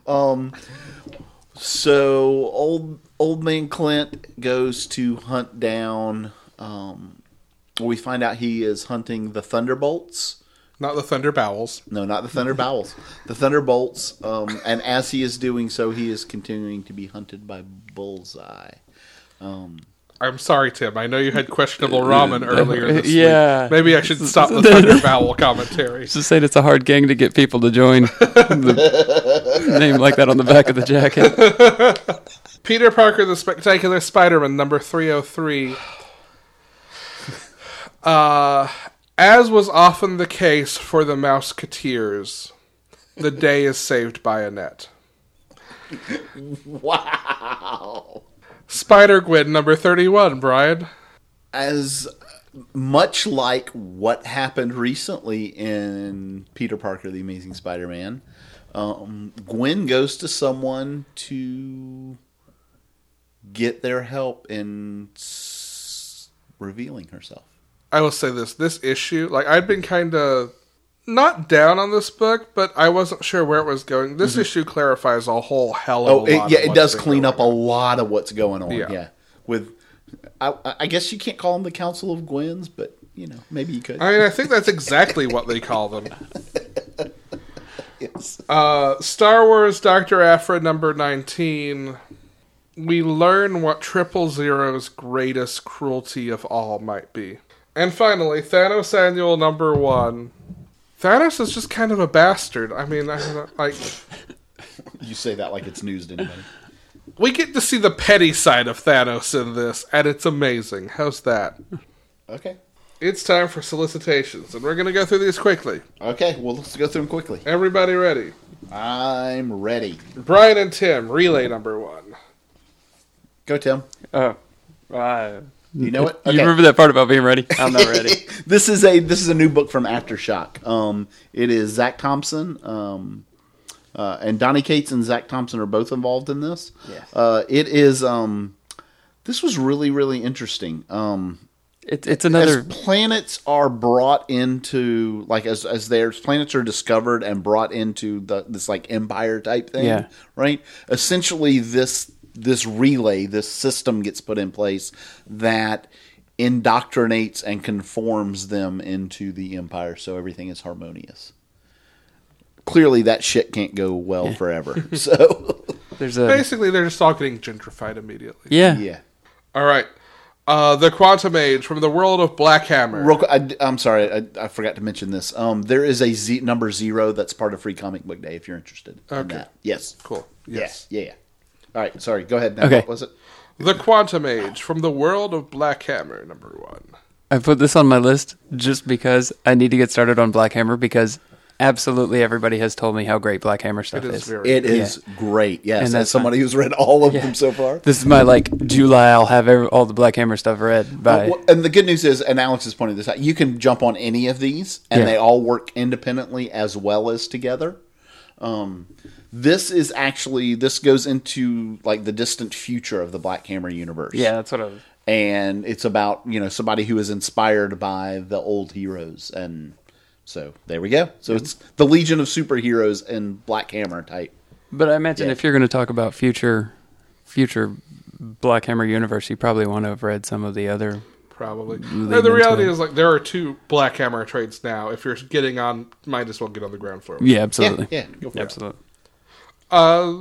S2: so old old man Clint goes to hunt down. Um, we find out he is hunting the thunderbolts.
S1: not the Thunder Bowels.
S2: No, not the thunder bowels. The thunderbolts. Um, and as he is doing so, he is continuing to be hunted by Bullseye.
S1: I'm sorry, Tim. I know you had questionable ramen earlier this
S3: Yeah.
S1: week. Maybe I should stop the Thunder Bowel commentary.
S3: Just saying it's a hard gang to get people to join. The- name like that on the back of the jacket.
S1: Peter Parker, the Spectacular Spider-Man, number 303. Uh, as was often the case for the Mouseketeers, the day is saved by a net.
S3: Oh.
S2: Wow.
S1: Spider-Gwen, number 31, Brian.
S2: as much like what happened recently in Peter Parker: The Amazing Spider-Man, um, Gwen goes to someone to get their help in s- revealing herself.
S1: I will say this this issue, like I'd been kind of not down on this book, but I wasn't sure where it was going. This issue clarifies a whole hell of
S2: Mm-hmm. Oh,
S1: a lot.
S2: it, yeah,
S1: of
S2: it
S1: what's
S2: does
S1: been
S2: clean
S1: going
S2: up a lot of what's going on.
S1: Yeah.
S2: Yeah, with I, I guess you can't call them the Council of Gwens, but you know maybe you could.
S1: I mean, I think that's exactly what they call them.
S2: Yes.
S1: Uh, Star Wars Dr. Aphra number 19. We learn what Triple Zero's greatest cruelty of all might be. And finally, Thanos Annual number one. Thanos is just kind of a bastard. I mean, I don't, like
S2: You say that like it's news to anybody.
S1: we get to see the petty side of Thanos in this, and it's amazing. How's that?
S2: Okay.
S1: It's time for solicitations, and we're gonna go through these quickly.
S2: Okay, well, let's go through them quickly.
S1: Everybody ready?
S2: I'm ready.
S1: Brian and Tim, relay number one.
S2: Go, Tim.
S3: Oh, uh,
S2: You know it.
S3: You remember that part about being ready? I'm not ready.
S2: this is a this is a new book from AfterShock. Um, it is Zach Thompson. Um, uh, and Donnie Cates and Zach Thompson are both involved in this.
S3: Yes.
S2: Uh, it is. Um, this was really really interesting. Um,
S3: It, it's another.
S2: as planets are brought into like as as their planets are discovered and brought into the this like empire type thing
S3: Yeah.
S2: right essentially this this relay this system gets put in place that indoctrinates and conforms them into the empire so everything is harmonious clearly that shit can't go well forever so
S3: There's a.
S1: Basically, they're just all getting gentrified immediately.
S3: Yeah.
S2: yeah
S1: All right. Uh, the Quantum Age from the world of Black Hammer.
S2: Real quick, I, am sorry, I, I forgot to mention this. Um, there is a Z, number zero that's part of Free Comic Book Day. If you're interested, in
S1: Okay.
S2: that. Yes.
S1: cool.
S2: Yes.
S1: Yes.
S2: Yeah. yeah. All right. Sorry. Go ahead. Now.
S3: Okay.
S2: What was it?
S1: The Quantum Age from the world of Black Hammer, number one.
S3: I put this on my list just because I need to get started on Black Hammer because absolutely everybody has told me how great Black Hammer stuff
S1: It is
S3: is.
S1: very.
S2: It is great. Yes.
S3: And
S2: And
S3: that's
S2: as somebody who's read all of them so far.
S3: This is my like July. I'll have every, all the Black Hammer stuff read by.
S2: Well, And the good news is, and Alex has pointed this out, you can jump on any of these, and
S3: Yeah.
S2: they all work independently as well as together. Um, this is actually this goes into like the distant future of the Black Hammer universe.
S3: yeah, that's what I was.
S2: and it's about you know somebody who is inspired by the old heroes and so there we go so it's the legion of superheroes and black hammer type
S3: But I imagine
S2: Yeah.
S3: if you're going to talk about future, future Black Hammer universe, you probably want to have read some of the other.
S1: Probably. No, the
S3: into
S1: reality
S3: it.
S1: is, like, there are two Black Hammer trades now. If you're getting on, might as well get on the ground floor.
S3: Yeah, absolutely.
S2: yeah go for it
S3: absolutely.
S1: Uh,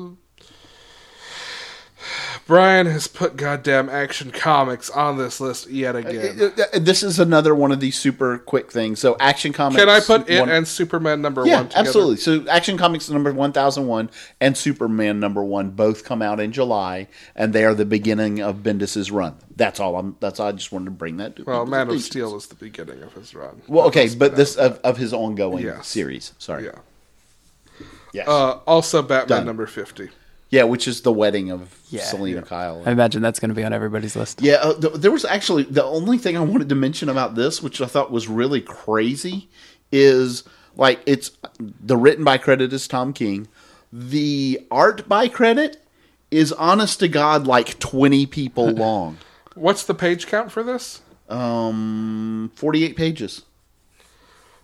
S1: Brian has put goddamn action comics on this list yet again.
S2: Uh, It- it- it- this is another one of these super quick things. So Action Comics.
S1: Can I put it
S2: one-
S1: and Superman number
S2: yeah,
S1: one together?
S2: absolutely. So Action Comics number one thousand one and Superman number one both come out in July, and they are the beginning of Bendis's run. That's all. I'm. That's all I just wanted to bring that to.
S1: Well,
S2: people's
S1: Man of
S2: attention.
S1: Steel is the beginning of his run.
S2: Well, okay, but this of, of his ongoing
S1: Yes.
S2: series. Sorry.
S1: Yeah.
S2: Yes.
S1: Uh, also, Batman
S2: Done.
S1: number 50.
S2: yeah, which is the wedding of
S3: Yeah.
S2: Selena Kyle.
S3: I imagine that's going to be on everybody's list.
S2: Yeah, uh, th- there was actually the only thing I wanted to mention about this, which I thought was really crazy, is like it's the written by credit is Tom King, the art by credit is honest to God like twenty people long,
S1: What's the page count for this?
S2: um, forty eight pages.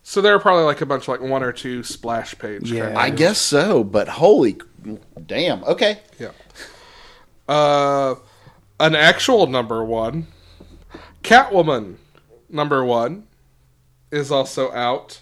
S1: So there are probably like a bunch, like one or two splash page.
S3: Yeah.
S1: kind
S2: I guess so, but holy damn! Okay,
S1: of- yeah. Uh, an actual number one, Catwoman number one, is also out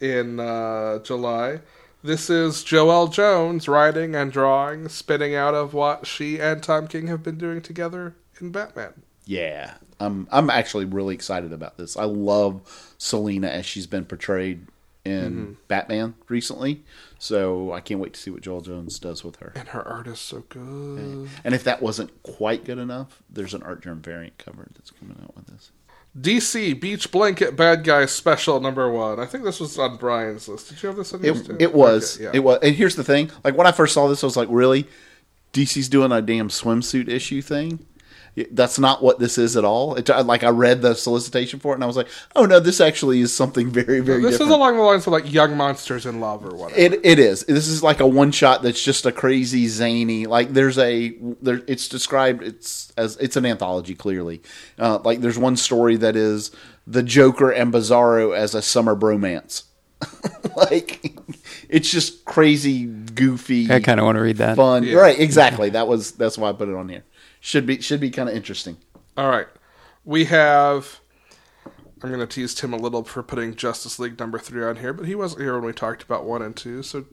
S1: in uh, July. This is Joelle Jones writing and drawing, spinning out of what she and Tom King have been doing together in Batman.
S2: yeah, I'm I'm actually really excited about this. I love Selena as she's been portrayed in
S1: Mm-hmm.
S2: Batman recently, so I can't wait to see what Joel Jones does with her.
S1: And her art is so good.
S2: And if that wasn't quite good enough, there's an art germ variant cover that's coming out with this.
S1: DC Beach Blanket Bad Guy Special number one. I think this was on Brian's list. Did you have this on yours
S2: It
S1: too?
S2: it was
S1: Okay, yeah.
S2: it was. And here's the thing: like when I first saw this, I was like, really, DC's doing a damn swimsuit issue thing. It- That's not what this is at all. It, like I read the solicitation for it, and I was like, "Oh no, this actually is something very, very
S1: This
S2: different."
S1: is along the lines of like Young Monsters in Love or whatever.
S2: It it is. This is like a one shot that's just a crazy zany. Like there's a there. It's described. It's as it's an anthology clearly. Uh, like there's one story that is the Joker and Bizarro as a summer bromance. like it's just crazy, goofy,
S3: I kind of want to read that.
S2: fun.
S1: Yeah.
S2: Right? Exactly. That was that's why I put it on here. Should be should be kind of interesting.
S1: All right. We have. I'm going to tease Tim a little for putting Justice League number three on here, but he wasn't here when we talked about one and two, so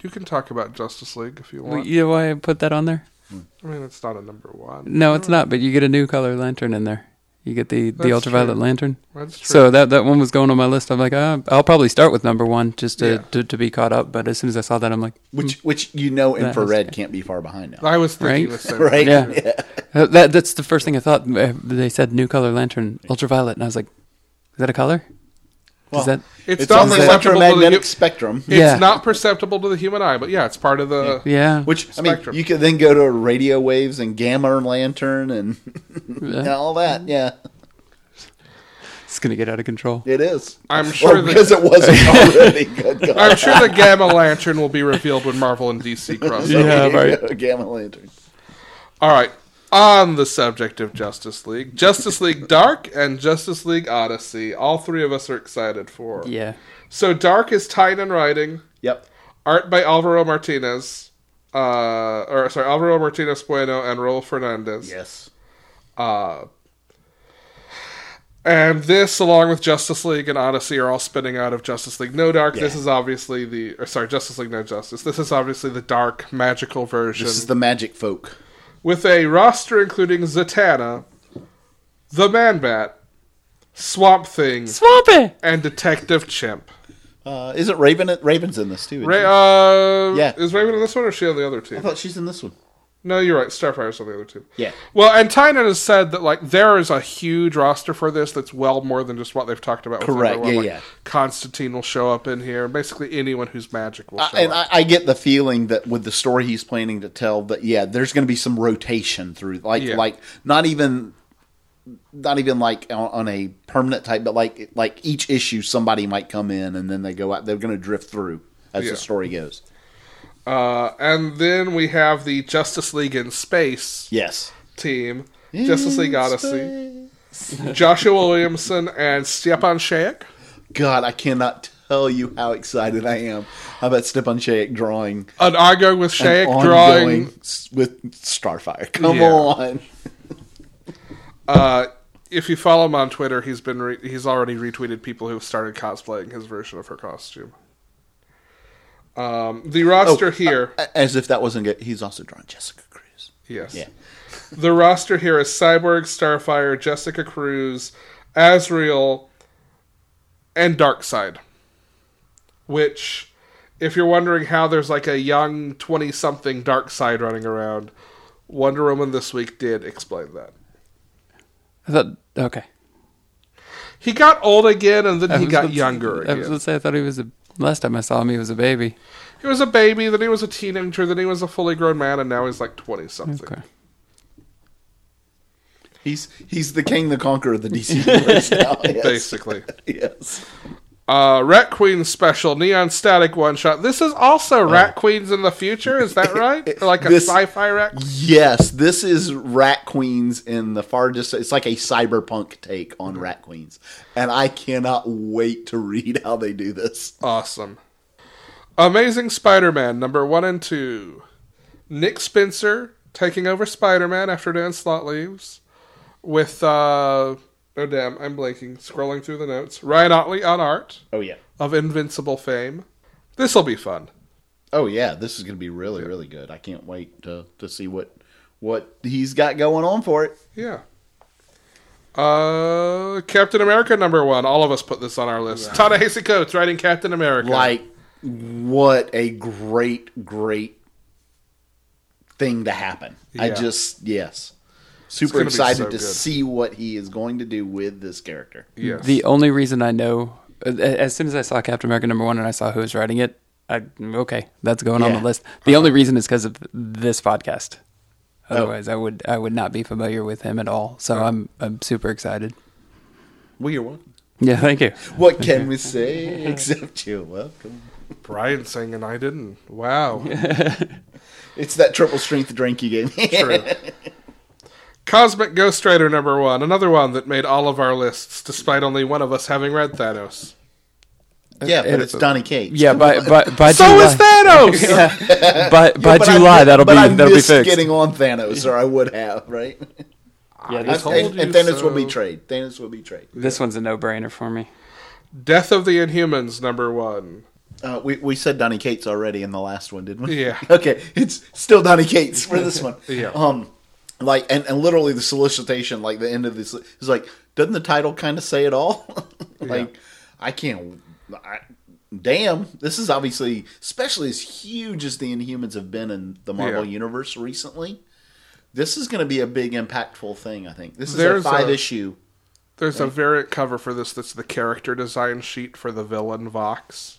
S1: you can talk about Justice League if you
S3: Well,
S1: want.
S3: You know why I put that on there?
S1: I mean, it's not a number one.
S3: No, it's not. But you get a new color lantern in there. You get the, the
S1: Mm. That's
S3: ultraviolet
S1: true.
S3: lantern.
S1: That's true.
S3: So that that one was going on my list. I'm like, ah, I'll probably start with number one just to,
S1: Yeah.
S3: to, to be caught up. But as soon as I saw that, I'm like,
S2: Which which you know
S3: Hmm. is
S2: infrared can't be far behind now.
S1: I was thinking
S3: Right?
S1: the same.
S2: Right?
S3: yeah, Uh, that that's the first thing I thought. Uh, They said new color lantern, ultraviolet, and I was like, is that a color?
S2: Well,
S3: is that
S1: It's,
S2: It's
S1: not
S2: on the
S1: perceptible to the,
S2: electromagnetic
S1: hu-
S2: spectrum.
S1: it's
S3: Yeah.
S1: not perceptible to the human eye, but yeah, it's part of the
S3: yeah?
S2: Which I mean,
S1: spectrum.
S2: you could then go to radio waves and gamma and lantern and, and all that. Yeah,
S3: it's gonna get out of control.
S2: it is.
S3: Oh,
S1: I'm sure
S2: Well,
S1: that-
S2: because it wasn't already. Good God.
S1: I'm sure the Gamma Lantern will be revealed when Marvel and DC cross. over.
S3: Yeah,
S2: There you
S3: right.
S2: go, Gamma lantern.
S1: All right. On the subject of Justice League, Justice League Dark and Justice League Odyssey, all three of us are excited for.
S3: Yeah,
S1: So Dark is Titan writing,
S2: Yep.
S1: art by Alvaro Martinez, uh, or sorry, Alvaro Martinez Bueno and Raul Fernandez.
S2: Yes.
S1: Uh, and this, along with Justice League and Odyssey, are all spinning out of Justice League No Dark. This
S2: Yeah.
S1: is obviously the, or sorry, Justice League No Justice. This is obviously the dark magical version
S2: This is the magic folk.
S1: with a roster including Zatanna, the Man Bat, Swamp Thing,
S3: Swampy.
S1: and Detective Chimp.
S2: Uh, is it Raven? Raven's in this too. isn't
S1: Ray,
S2: she?
S1: uh,
S2: Yeah.
S1: Is Raven on this one or is she on the other
S2: I
S1: team?
S2: thought she's in this one.
S1: No, you're right. Starfire's on the other team.
S2: Yeah.
S1: Well, and Tynan has said that like there is a huge roster for this that's well more than just what they've talked about. With
S2: Correct,
S1: everyone.
S2: yeah,
S1: Like,
S2: yeah.
S1: Constantine will show up in here. Basically, anyone who's magic will show
S2: I, Uh, and
S1: up.
S2: I, I get the feeling that with the story he's planning to tell, that yeah, there's going to be some rotation through, like
S1: Yeah.
S2: like not even not even like on, on a permanent type, but like like each issue somebody might come in and then they go out. They're going to drift through as
S1: Yeah.
S2: the story goes.
S1: uh, and then we have the Justice League in Space
S2: Yes,
S1: team, Justice League Odyssey, Joshua Williamson, and Stepan Shaik.
S2: God, I cannot tell you how excited I am about Stepan Shaik drawing
S1: An ongoing with
S2: an
S1: Shaik drawing.
S2: ongoing s- with Starfire. Come
S1: Yeah.
S2: on,
S1: Uh, if you follow him on Twitter, he's been re- he's already retweeted people who've started cosplaying his version of her costume. Um, the roster here,
S2: Oh, uh, as if that wasn't good. He's also drawing Jessica Cruz.
S1: Yes.
S2: Yeah.
S1: the roster here is Cyborg, Starfire, Jessica Cruz, Azrael, and Darkseid. Which, if you're wondering how there's like a young 20 something Darkseid running around, Wonder Woman this week did explain that.
S3: I thought okay.
S1: He got old again and then
S3: I
S1: he
S3: was
S1: got
S3: gonna-
S1: younger
S3: I
S1: again.
S3: was gonna say I thought he was a. Last time I saw him, he was a baby.
S1: He was a baby, then he was a teenager, then he was a fully grown man, and now he's like 20 something.
S3: Okay.
S2: He's he's the king, the conqueror of the DC universe now. Yes.
S1: Basically.
S2: yes.
S1: Uh, Rat Queen special, Neon Static one shot. This is also Rat Queens in the future, is that right? like a
S2: This-
S1: sci-fi Rat. Queen?
S2: Yes, this is Rat Queens in the far distant. It's like a cyberpunk take on Rat Queens, and I cannot wait to read how they do this.
S1: Awesome. Amazing Spider-Man number one and two. Nick Spencer taking over Spider-Man after Dan Slott leaves, with uh, oh damn, I'm blanking. Scrolling through the notes. Ryan Otley on art
S2: Oh yeah.
S1: of Invincible fame. This will be fun.
S2: Oh yeah. This is going to be really really good. I can't wait to to see what what he's got going on for it.
S1: Yeah. Uh, Captain America number one. All of us put this on our list. Ta-Nehisi Coates writing Captain America.
S2: Like what a great great thing to happen. I
S1: Yeah.
S2: just yes.
S1: gonna
S2: Super
S1: be
S2: excited
S1: so
S2: to
S1: good.
S2: see what he is going to do with this character.
S1: yes.
S3: The only reason I know, as soon as I saw Captain America number one and I saw who was writing it, I okay, that's going on the
S2: Yeah.
S3: list. The only reason is because of this podcast.
S1: Oh.
S3: Otherwise, I would I would not be familiar with him at all. So I'm I'm super excited.
S2: Well, you're welcome.
S3: Yeah, thank you.
S2: What can we say except you're welcome?
S1: Brian saying and I didn't. Wow.
S2: It's that triple strength drink you gave me.
S1: True. Cosmic Ghost Rider number one. Another one that made all of our lists, despite only one of us having read Thanos.
S2: yeah, but it's Donny Cates.
S3: Yeah, by by by
S1: So
S3: July,
S1: is Thanos.
S3: by, by
S2: But I
S3: July
S2: mi-
S3: that'll be
S2: but I
S3: that'll be
S2: missed
S3: fixed.
S2: Getting on Thanos, or I would have right.
S3: yeah, this,
S1: told
S2: And, and
S1: you
S2: Thanos will be
S1: so.
S2: trade. Thanos will be trade.
S3: this one's a no brainer for me.
S1: Death of the Inhumans number one.
S2: Uh, we we said Donny Cates already in the last one, didn't we?
S1: Yeah.
S2: Okay, it's still Donny Cates for this one.
S1: Yeah.
S2: Um, like and, and literally the solicitation, like the end of this is like, doesn't the title kind of say it all? like, I can't. I, damn, this is obviously, especially as huge as the Inhumans have been in the Marvel
S1: Yeah.
S2: universe recently. This is going to be a big impactful thing. I think this is
S1: There's
S2: a
S1: a-
S2: five issue.
S1: There's a variant cover for this that's the character design sheet for the villain Vox,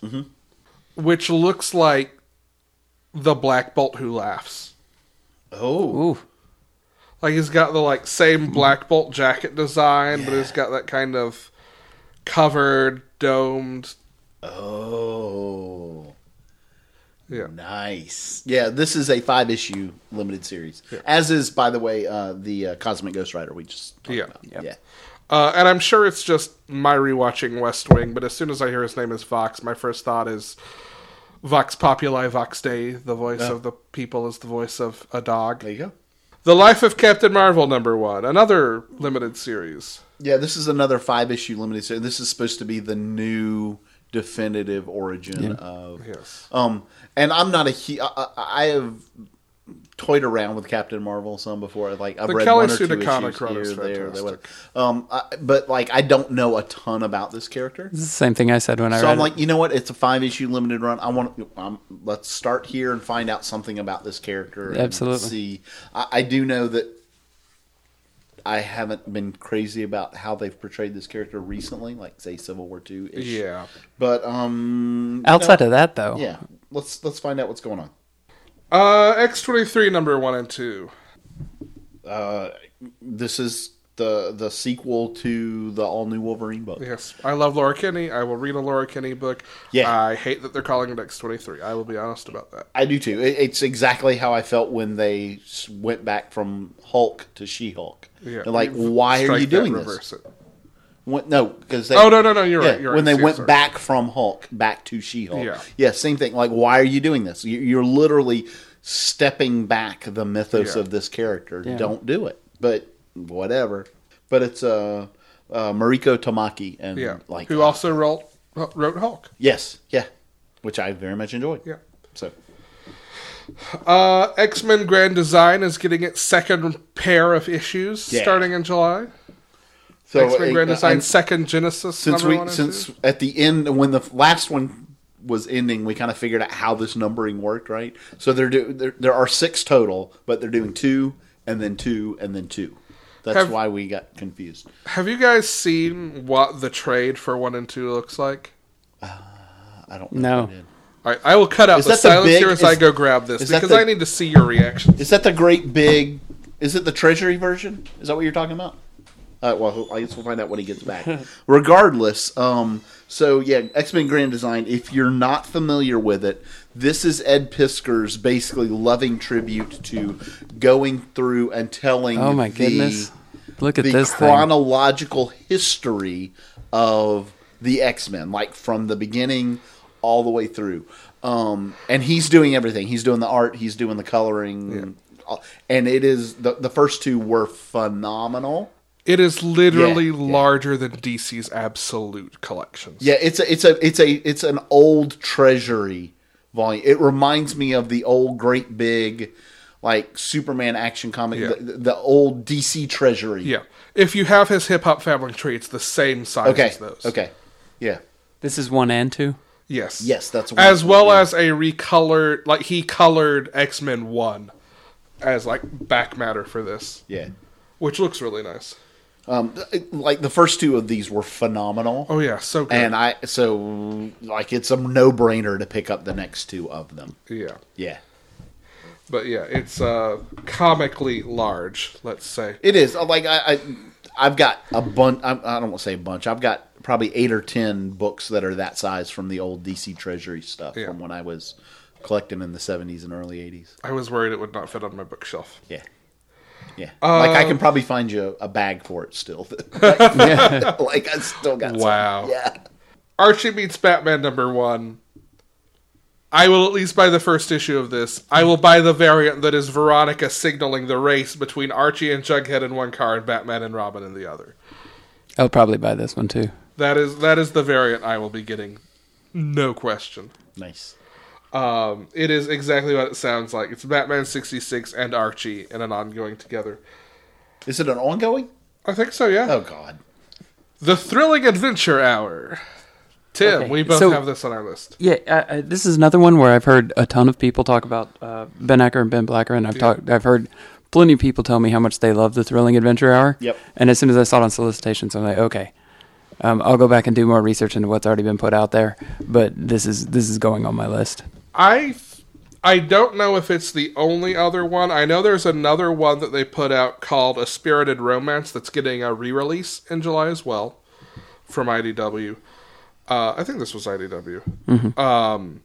S1: which looks like the Black Bolt who laughs.
S2: Oh,
S3: Ooh,
S1: Like he's got the like same Black Bolt jacket design, but it's got that kind of covered, domed.
S2: oh.
S1: Yeah,
S2: Nice. Yeah, this is a five issue limited series. As is, by the way, uh, the uh, Cosmic Ghost Rider we just talked
S1: Yeah.
S2: about.
S3: Yep.
S2: Yeah.
S1: uh, and I'm sure it's just my rewatching West Wing. But as soon as I hear his name is Vox, my first thought is Vox Populi, Vox Dei. The voice of the people is the voice of a dog.
S2: There you go.
S1: The Life of Captain Marvel, number one, another limited series.
S2: Yeah, this is another five issue limited series. This is supposed to be the new definitive origin of
S1: Yes.
S2: Um, and I'm not a he. I, I- I have toyed around with Captain Marvel some before. Like I've
S1: The
S2: read
S1: Kelly
S2: one or two
S1: Sudakana
S2: issues
S1: chrono is
S2: here, there, there.
S1: fantastic.
S2: Um, I, but like I don't know a ton about this character.
S3: this is the same thing I said when I
S2: So
S3: read
S2: I'm
S3: it.
S2: like, you know what? It's a five issue limited run. I want. Um, let's start here and find out something about this character. and
S3: Absolutely.
S2: See, I, I do know that I haven't been crazy about how they've portrayed this character recently, like say Civil War Two.
S1: Yeah.
S2: But um,
S3: Outside
S2: no,
S3: of that, though,
S2: yeah, let's let's find out what's going on.
S1: Uh, X23, number one and two.
S2: Uh, this is the the sequel to the all new Wolverine book.
S1: Yes. I love Laura Kinney. I will read a Laura Kinney book.
S2: Yeah.
S1: I hate that they're calling it X23. I will be honest about that.
S2: I do too. It, it's exactly how I felt when they s- went back from Hulk to She Hulk.
S1: Yeah.
S2: They're like, why are
S1: Strike
S2: you doing
S1: that,
S2: this?
S1: reverse it.
S2: When, no, because they.
S1: Oh, no, no, no. You're
S2: yeah,
S1: right. You're
S2: when
S1: right.
S2: they
S1: Yeah,
S2: went
S1: sorry.
S2: back from Hulk back to She Hulk.
S1: Yeah.
S2: Yeah. same thing. Like, why are you doing this? You, you're literally stepping back the mythos
S1: Yeah.
S2: of this character. Don't do it. But whatever. But it's uh, uh, Mariko Tamaki and
S1: Yeah.
S2: Mm, like
S1: Who also wrote, wrote Hulk.
S2: yes, yeah, which I very much enjoyed.
S1: Yeah.
S2: So
S1: Uh, X Men Grand Design is getting its second pair of issues
S2: Yeah.
S1: starting in July.
S2: So
S1: X Men
S2: uh,
S1: Grand Design
S2: and
S1: second Genesis.
S2: since
S1: number
S2: we
S1: one and
S2: since
S1: two.
S2: at the end when the last one was ending, we kind of figured out how this numbering worked, right? So they're do there, there are six total, but they're doing two and then two and then two. That's
S1: Have-
S2: why we got confused.
S1: have you guys seen what the trade for one and two looks like?
S2: I don't know.
S3: No.
S2: if I did.
S1: All right, I will cut out
S2: Is
S1: the
S2: that the
S1: silence
S2: big-
S1: here as
S2: is-
S1: I go grab this
S2: is that
S1: because
S2: the-
S1: I need to see your reaction.
S2: Is that the great big? Is it the treasury version? Is that what you're talking about? Uh, well, I guess we'll find out when he gets back. Regardless, um, so yeah, X Men Grand Design. If you're not familiar with it, this is Ed Pisker's basically loving tribute to going through and telling.
S3: Oh my
S2: the-
S3: goodness! Look at
S2: the
S3: this thing.
S2: chronological history of the X Men, like from the beginning all the way through. Um, and he's doing everything. He's doing the art. He's doing the coloring. all- And it is the the first two were phenomenal.
S1: It is literally
S2: Yeah, yeah.
S1: larger than DC's absolute collections.
S2: Yeah, it's a it's a it's a it's an old treasury volume. It reminds me of the old great big like Superman action comic,
S1: Yeah.
S2: the, the old DC treasury.
S1: Yeah. If you have his hip hop family tree, it's the same size
S2: Okay.
S1: as those.
S2: Okay. Yeah.
S3: This is one and two.
S1: Yes.
S2: Yes, that's
S1: As well
S2: yeah.
S1: as a recolored, like he colored X Men 1 as like back matter for this,
S2: yeah.
S1: which looks really nice.
S2: Um, th- like the first two of these were phenomenal,
S1: Oh, yeah. So good.
S2: and I so like it's a no brainer to pick up the next two of them.
S1: yeah.
S2: Yeah,
S1: But yeah, it's uh, comically large, let's say.
S2: it is Uh, like I, I I've got a bunch. I, I don't want to say a bunch. I've got probably eight or ten books that are that size from the old DC Treasury stuff
S1: Yeah.
S2: from when I was collecting in the seventies and early eighties.
S1: I was worried it would not fit on my bookshelf.
S2: Yeah. Yeah, like
S1: Uh,
S2: I can probably find you a bag for it still. like I still got. some.
S1: Wow.
S2: Yeah.
S1: Archie meets Batman number one. I will at least buy the first issue of this. I will buy the variant that is Veronica signaling the race between Archie and Jughead in one car and Batman and Robin in the other.
S3: I'll Oh, probably buy this one too.
S1: That is that is the variant I will be getting, no question.
S2: Nice.
S1: Um, it is exactly what it sounds like. It's Batman sixty six and Archie in an ongoing together.
S2: Is it an ongoing?
S1: I think so. Yeah.
S2: Oh God.
S1: The thrilling adventure hour. Tim,
S3: Okay,
S1: we both
S3: so-
S1: have this on our list.
S3: Yeah, I, I, this is another one where I've heard a ton of people talk about uh, Ben Acker and Ben Blacker, and I've talked, I've heard plenty of people tell me how much they love the Thrilling Adventure Hour.
S2: Yep.
S3: And as soon as I saw it on solicitations, I'm like, okay, um, I'll go back and do more research into what's already been put out there. But this is this is going on my list.
S1: I I don't know if it's the only other one. I know there's another one that they put out called A Spirited Romance that's getting a re-release in July as well from IDW. Uh, I think this was IDW.
S3: Mm-hmm.
S1: Um,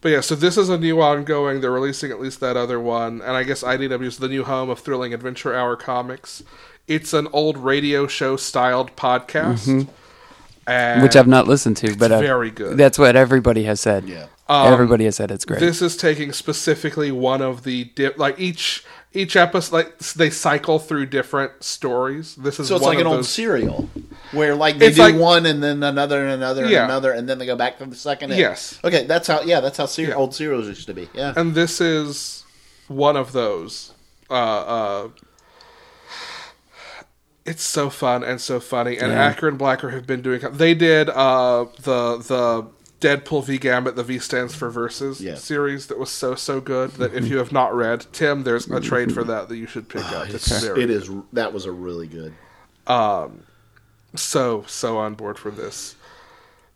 S1: but yeah, so this is a new ongoing. They're releasing at least that other one, and I guess IDW is the new home of thrilling adventure hour comics. It's an old radio show styled podcast, and
S3: Mm-hmm. which I've not listened to, but I-
S1: very good.
S3: That's what everybody has said.
S2: Yeah.
S3: everybody has said it's great.
S1: This is taking specifically one of the di- like each each episode like s- they cycle through different stories. This is
S2: So it's
S1: one
S2: like an
S1: of
S2: old
S1: those.
S2: serial where like they
S1: It's
S2: do
S1: like-
S2: one and then another and another and
S1: Yeah.
S2: another and then they go back to the second. and-
S1: Yes.
S2: Okay, that's how. Yeah, that's how ser-
S1: Yeah.
S2: old serials used to be. Yeah.
S1: and this is one of those. Uh, uh, it's so fun and so funny. And Acker and Blacker have been doing. They did uh, the the Deadpool v Gambit. The V stands for verses
S2: Yeah.
S1: series that was so so good that if you have not read Tim, there's a trade for that that you should pick
S2: Oh,
S1: up. It's very
S2: It is. That was a really good.
S1: so so on board for this.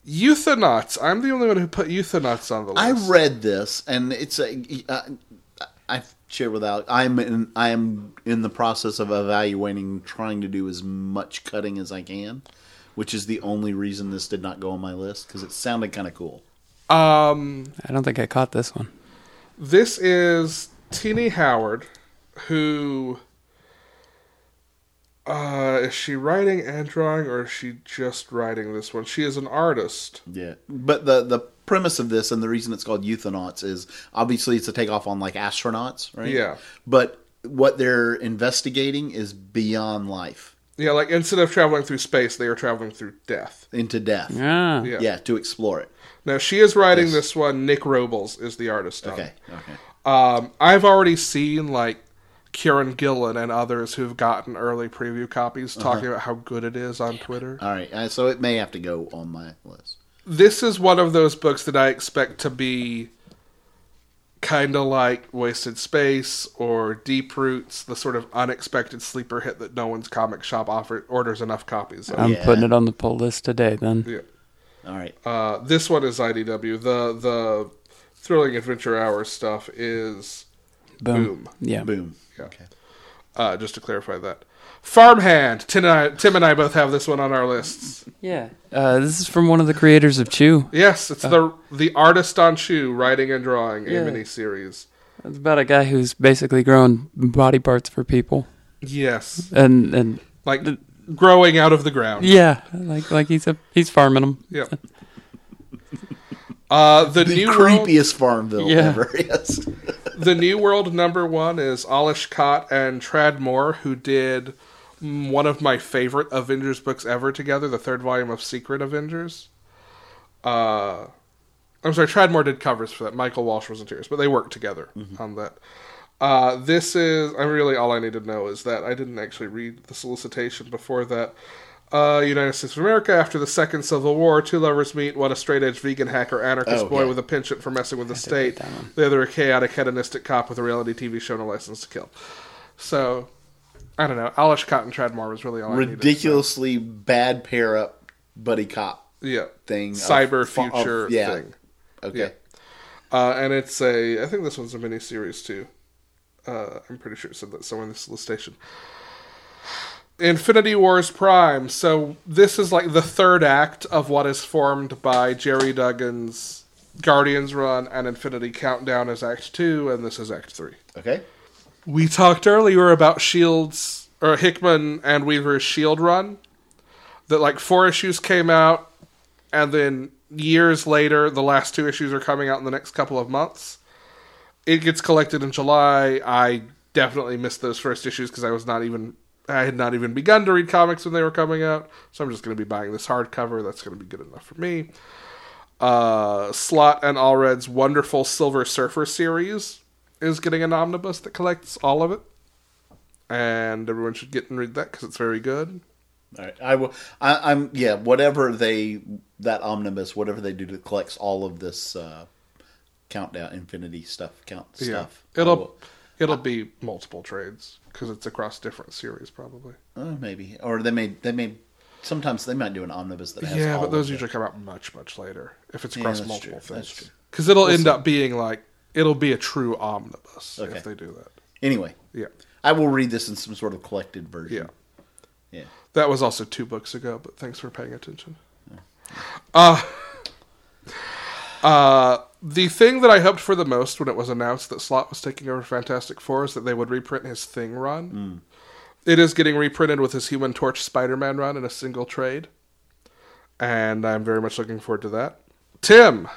S1: Euthonauts. I'm the only one who put Euthonauts on the
S2: I
S1: list.
S2: read this and it's a. Uh, I've shared without. I'm in. I am in the process of evaluating, trying to do as much cutting as I can, which is the only reason this did not go on my list because it sounded kind of cool.
S1: um,
S3: I don't think I caught this one.
S1: this is Teeny Howard, who uh, is she writing and drawing, or is she just writing this one? She is an artist.
S2: Yeah, but the the premise of this and the reason it's called euthonauts is obviously it's a takeoff on like astronauts, right?
S1: Yeah.
S2: But what they're investigating is beyond life
S1: Yeah, like instead of traveling through space, they are traveling through death.
S2: into death. Yeah,
S3: Ah,
S1: Yeah.
S2: to explore it.
S1: Now she is writing
S2: Yes.
S1: this one. Nick Robles is the artist. on it.
S2: Okay. Okay.
S1: Um, I've already seen like Kieran Gillen and others who've gotten early preview copies talking about how good it is on Twitter.
S2: All right, uh, so it may have to go on my list.
S1: This is one of those books that I expect to be kind of like Wasted Space or Deep Roots, the sort of unexpected sleeper hit that no one's comic shop offer- orders enough copies of.
S3: I'm
S2: Yeah.
S3: putting it on the poll list today. Then
S1: Yeah.
S2: All right,
S1: Uh, this one is IDW. The the thrilling adventure hour stuff is
S3: boom.
S1: Boom.
S3: Yeah.
S2: boom.
S1: Yeah.
S2: Okay.
S1: uh, just to clarify that. Farmhand. Tim and, I, Tim and I both have this one on our lists.
S3: Yeah. Uh, this is from one of the creators of Chew.
S1: Yes, it's the the artist on shoe writing and drawing
S3: Uh. Yeah.
S1: a mini series.
S3: It's about a guy who's basically growing body parts for people,
S1: Yes,
S3: and and
S1: like growing out of the ground.
S3: yeah, like like he's a he's farming them.
S1: Yep. Uh, the,
S2: The
S1: new world,
S2: creepiest Farmville
S3: Yeah.
S2: ever. Yes.
S1: the new world number one is Alish Kott and Trad Moore, who did mm, one of my favorite Avengers books ever together, the third volume of Secret Avengers. Uh, I'm sorry, Tradmore did covers for that. Michael Walsh was interiors, but they worked together
S2: Mm-hmm.
S1: on that. Uh, this is I really all I need to know is that I didn't actually read the solicitation before that. Uh, United States of America after the second Civil War, two lovers meet. One a straight edge vegan hacker anarchist
S2: Oh,
S1: boy
S2: yeah.
S1: with a penchant for messing with the
S3: read
S1: state.
S3: that one.
S1: The other a chaotic hedonistic cop with a reality TV show and a license to kill. So I don't know. Alish Cotton Tradmore was really all I needed.
S2: Ridiculously bad pair up buddy cop
S1: Yeah,
S2: thing. of-
S1: cyber
S2: fu- of-
S1: future
S2: yeah.
S1: thing.
S2: Okay.
S1: Yeah. Uh, and it's a, I think this one's a mini series too. Uh, I'm pretty sure it said that somewhere in the solicitation. Infinity Wars Prime. So this is like the third act of what is formed by Jerry Duggan's Guardians Run and Infinity Countdown is Act Two, and this is Act Three.
S2: Okay.
S1: We talked earlier about Shields or Hickman and Weaver's Shield run. That like four issues came out, and then years later, the last two issues are coming out in the next couple of months. It gets collected in July. I definitely missed those first issues because I was not even I had not even begun to read comics when they were coming out. So I'm just going to be buying this hardcover. That's going to be good enough for me. Uh, Slot and Allred's wonderful Silver Surfer series is getting an omnibus that collects all of it, and everyone should get and read that because it's very good.
S2: All right. I will. I, I'm yeah. Whatever they that omnibus, whatever they do that collects all of this uh, countdown infinity stuff, count stuff. Oh. I
S1: it'll
S2: will-
S1: it'll be multiple trades because it's across different series probably.
S2: uh, maybe or they may they may sometimes they might do an omnibus that has
S1: yeah,
S2: all
S1: but those
S2: of
S1: usually come out much much later if it's
S2: Yeah,
S1: across
S2: that's
S1: multiple
S2: true, that's
S1: things
S2: true.
S1: because it'll end up being like it'll be a true omnibus
S2: Okay.
S1: if they do that.
S2: it. anyway.
S1: Yeah,
S2: I will read this in some sort of collected version.
S1: yeah.
S2: Yeah.
S1: That was also two books ago, but thanks for paying attention. Uh, uh, the thing that I hoped for the most when it was announced that Slot was taking over Fantastic Four is that they would reprint his Thing run. It is getting reprinted with his Human Torch Spider Man run in a single trade. And I'm very much looking forward to that. Tim!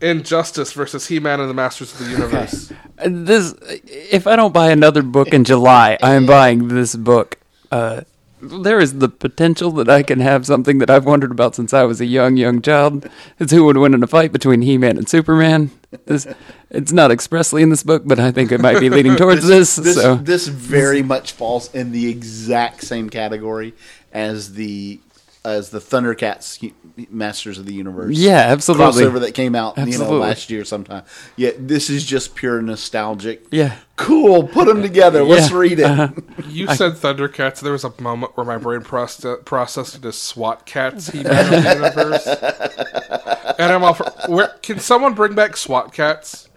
S1: Injustice versus He Man and the Masters of the Universe.
S3: Uh, This if I don't buy another book in July, I am buying this book. Uh, there is the potential that I can have something that I've wondered about since I was a young young child. It's who would win in a fight between He Man and Superman. This it's not expressly in this book, but I think it might be leading towards this.
S2: This
S3: so
S2: this very much falls in the exact same category as the as the Thundercats Hu- Masters of the Universe.
S3: yeah, absolutely.
S2: crossover that came out you know
S3: Absolutely.
S2: last year sometime. Yeah, this is just pure nostalgic.
S3: Yeah.
S2: Cool, put them together. Let's
S3: Yeah. Uh-huh.
S2: read it.
S1: you said Thundercats. There was a moment where my brain proce- processed it as SWAT cats. He Man of the universe. And I'm all for, where, Can someone bring back SWAT cats?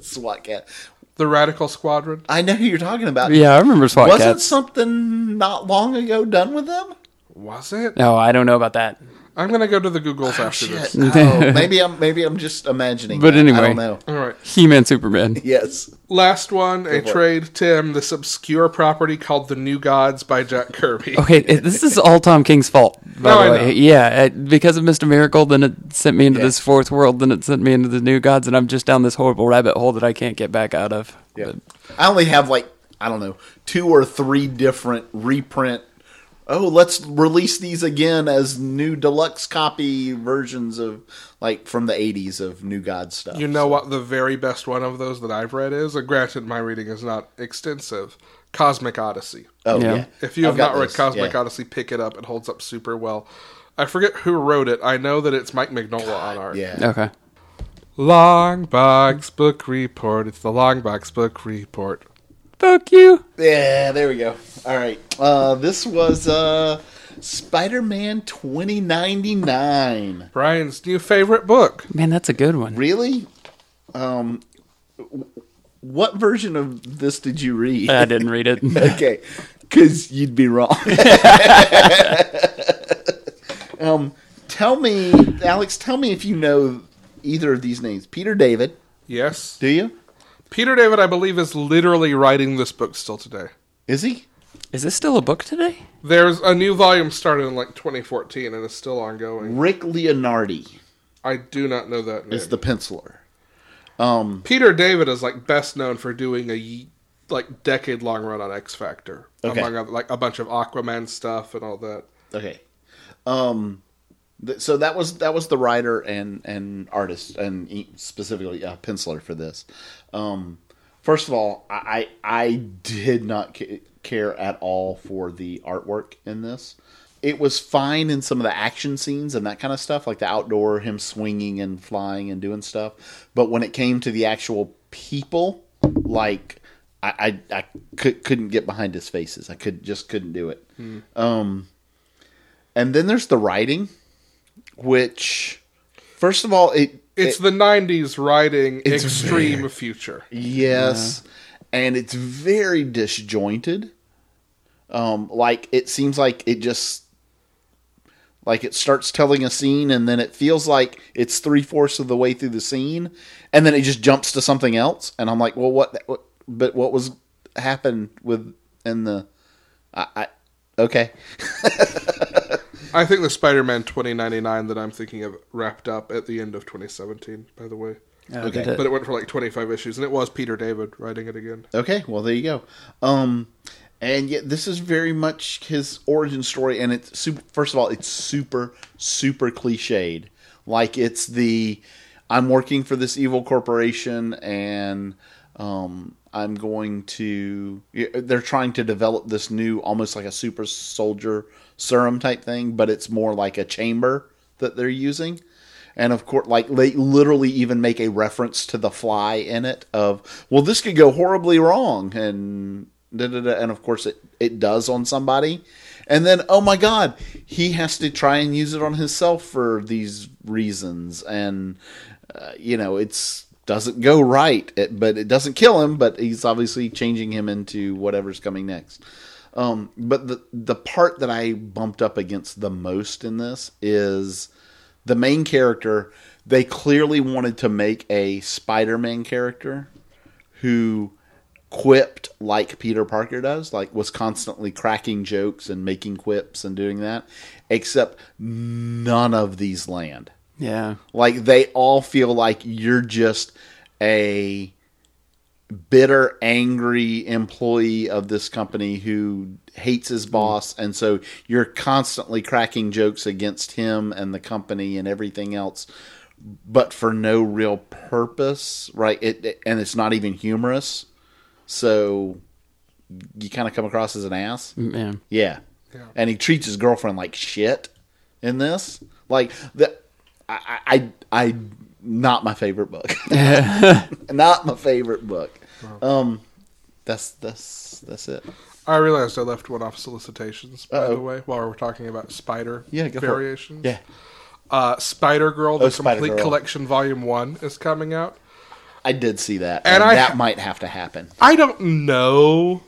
S2: SWAT cat.
S1: The Radical Squadron.
S2: I know who you're talking about.
S3: yeah, I remember SWAT
S2: wasn't
S3: Cats.
S2: something not long ago done with them?
S1: Was it?
S3: no, Oh, I don't know about that.
S1: I'm gonna go to the Googles after
S2: Shit.
S1: this.
S2: Oh, maybe I'm maybe I'm just imagining.
S3: But
S2: that. I
S3: anyway.
S2: don't know.
S1: All right.
S3: He Man Superman.
S2: Yes.
S1: Last one, a
S2: for it.
S1: trade, Tim. This obscure property called The New Gods by Jack Kirby.
S3: Okay, it- this is all Tom King's fault, by
S1: No, I
S3: the way.
S1: know.
S3: Yeah, it, because of Mr. Miracle, then it sent me into
S2: Yeah.
S3: this fourth world, then it sent me into the new gods, and I'm just down this horrible rabbit hole that I can't get back out of.
S2: I only have like I don't know two or three different reprint oh, let's release these again as new deluxe copy versions of like from the '80s of New God stuff.
S1: You know what the very best one of those that I've read is? And granted, my reading is not extensive. Cosmic Odyssey.
S2: Oh
S3: Yeah.
S2: yeah.
S1: If you
S2: I've
S1: have
S2: got
S1: not read
S2: those,
S1: Cosmic
S2: yeah.
S1: Odyssey, pick it up. It holds up super well. I forget who wrote it. I know that it's Mike Mignola on art.
S2: yeah,
S3: Okay.
S1: Long Box Book Report. It's the Long Box Book Report.
S3: Fuck you.
S2: Yeah, there we go. All right. Uh, this was uh, Spider Man 2099.
S1: Brian's new favorite book.
S3: Man, that's a good one.
S2: Really? Um, w- what version of this did you read?
S3: I didn't read it.
S2: okay. Because you'd be wrong. um, tell me, Alex, tell me if you know either of these names. Peter David,
S1: Yes.
S2: do you?
S1: Peter David, I believe, is literally writing this book still today.
S2: Is he?
S3: Is this still a book today?
S1: There's a new volume started in like 2014 and is still ongoing.
S2: Rick Leonardi
S1: I do not know that name.
S2: is the penciler.
S1: Peter David is like best known for doing a ye- like decade long run on X Factor,
S2: Okay.
S1: among other, like a bunch of Aquaman stuff and all that.
S2: Okay. Um th- so that was that was the writer and and artist and e- specifically uh, penciler for this. Um first of all, I I I did not ca- care at all for the artwork in this. It was fine in some of the action scenes and that kind of stuff, like the outdoor him swinging and flying and doing stuff. But when it came to the actual people, like I I, I could, couldn't get behind his faces. I could just couldn't do it. And then there's the writing, which, first of all, it
S1: It's
S2: it-
S1: the 90s writing
S2: It's
S1: extreme future.
S2: yes, and it's very disjointed. Um, like it seems like it just like it starts telling a scene, and then it feels like it's three fourths of the way through the scene, and then it just jumps to something else, and I'm like, well, what? what but what was happened with in the? I, I okay,
S1: I think the Spider Man 2099 that I'm thinking of wrapped up at the end of 2017, by the way.
S3: Oh,
S2: Okay.
S3: did it-
S1: But it went for like 25 issues, and it was Peter David writing it again.
S2: Okay, well there you go. Um, and yet this is very much his origin story, and it's super. First of all, it's super super cliched. Like it's the I'm working for this evil corporation, and um, I'm going to. They're trying to develop this new, almost like a super soldier serum type thing, but it's more like a chamber that they're using and of course like they literally even make a reference to the fly in it of well this could go horribly wrong and da, da, da, and of course it it does on somebody and then oh my god he has to try and use it on himself for these reasons and uh, you know it's doesn't go right it, but it doesn't kill him but he's obviously changing him into whatever's coming next um, but the the part that I bumped up against the most in this is the main character. They clearly wanted to make a Spider-Man character who quipped like Peter Parker does, like was constantly cracking jokes and making quips and doing that. Except none of these land.
S3: Yeah.
S2: Like they all feel like you're just a bitter, angry employee of this company who hates his boss, and so you're constantly cracking jokes against him and the company and everything else, but for no real purpose, right? It, it- and it's not even humorous, so you kind of come across as an ass.
S3: Yeah.
S2: Yeah.
S1: Yeah.
S2: And he treats his girlfriend like shit in this. Like the I I I I- not my favorite book. not my favorite book. Um that's that's that's it.
S1: I realized I left one off solicitations, by
S2: Uh-oh.
S1: the way, while we're talking about spider
S2: Yeah, go for it.
S1: variations.
S2: Yeah. Oh,
S1: Uh, spider Girl, the
S2: Spider-Girl.
S1: complete collection, volume one, is coming out.
S2: I did see that.
S1: And
S2: And,
S1: I-
S2: that might have to happen.
S1: I don't know,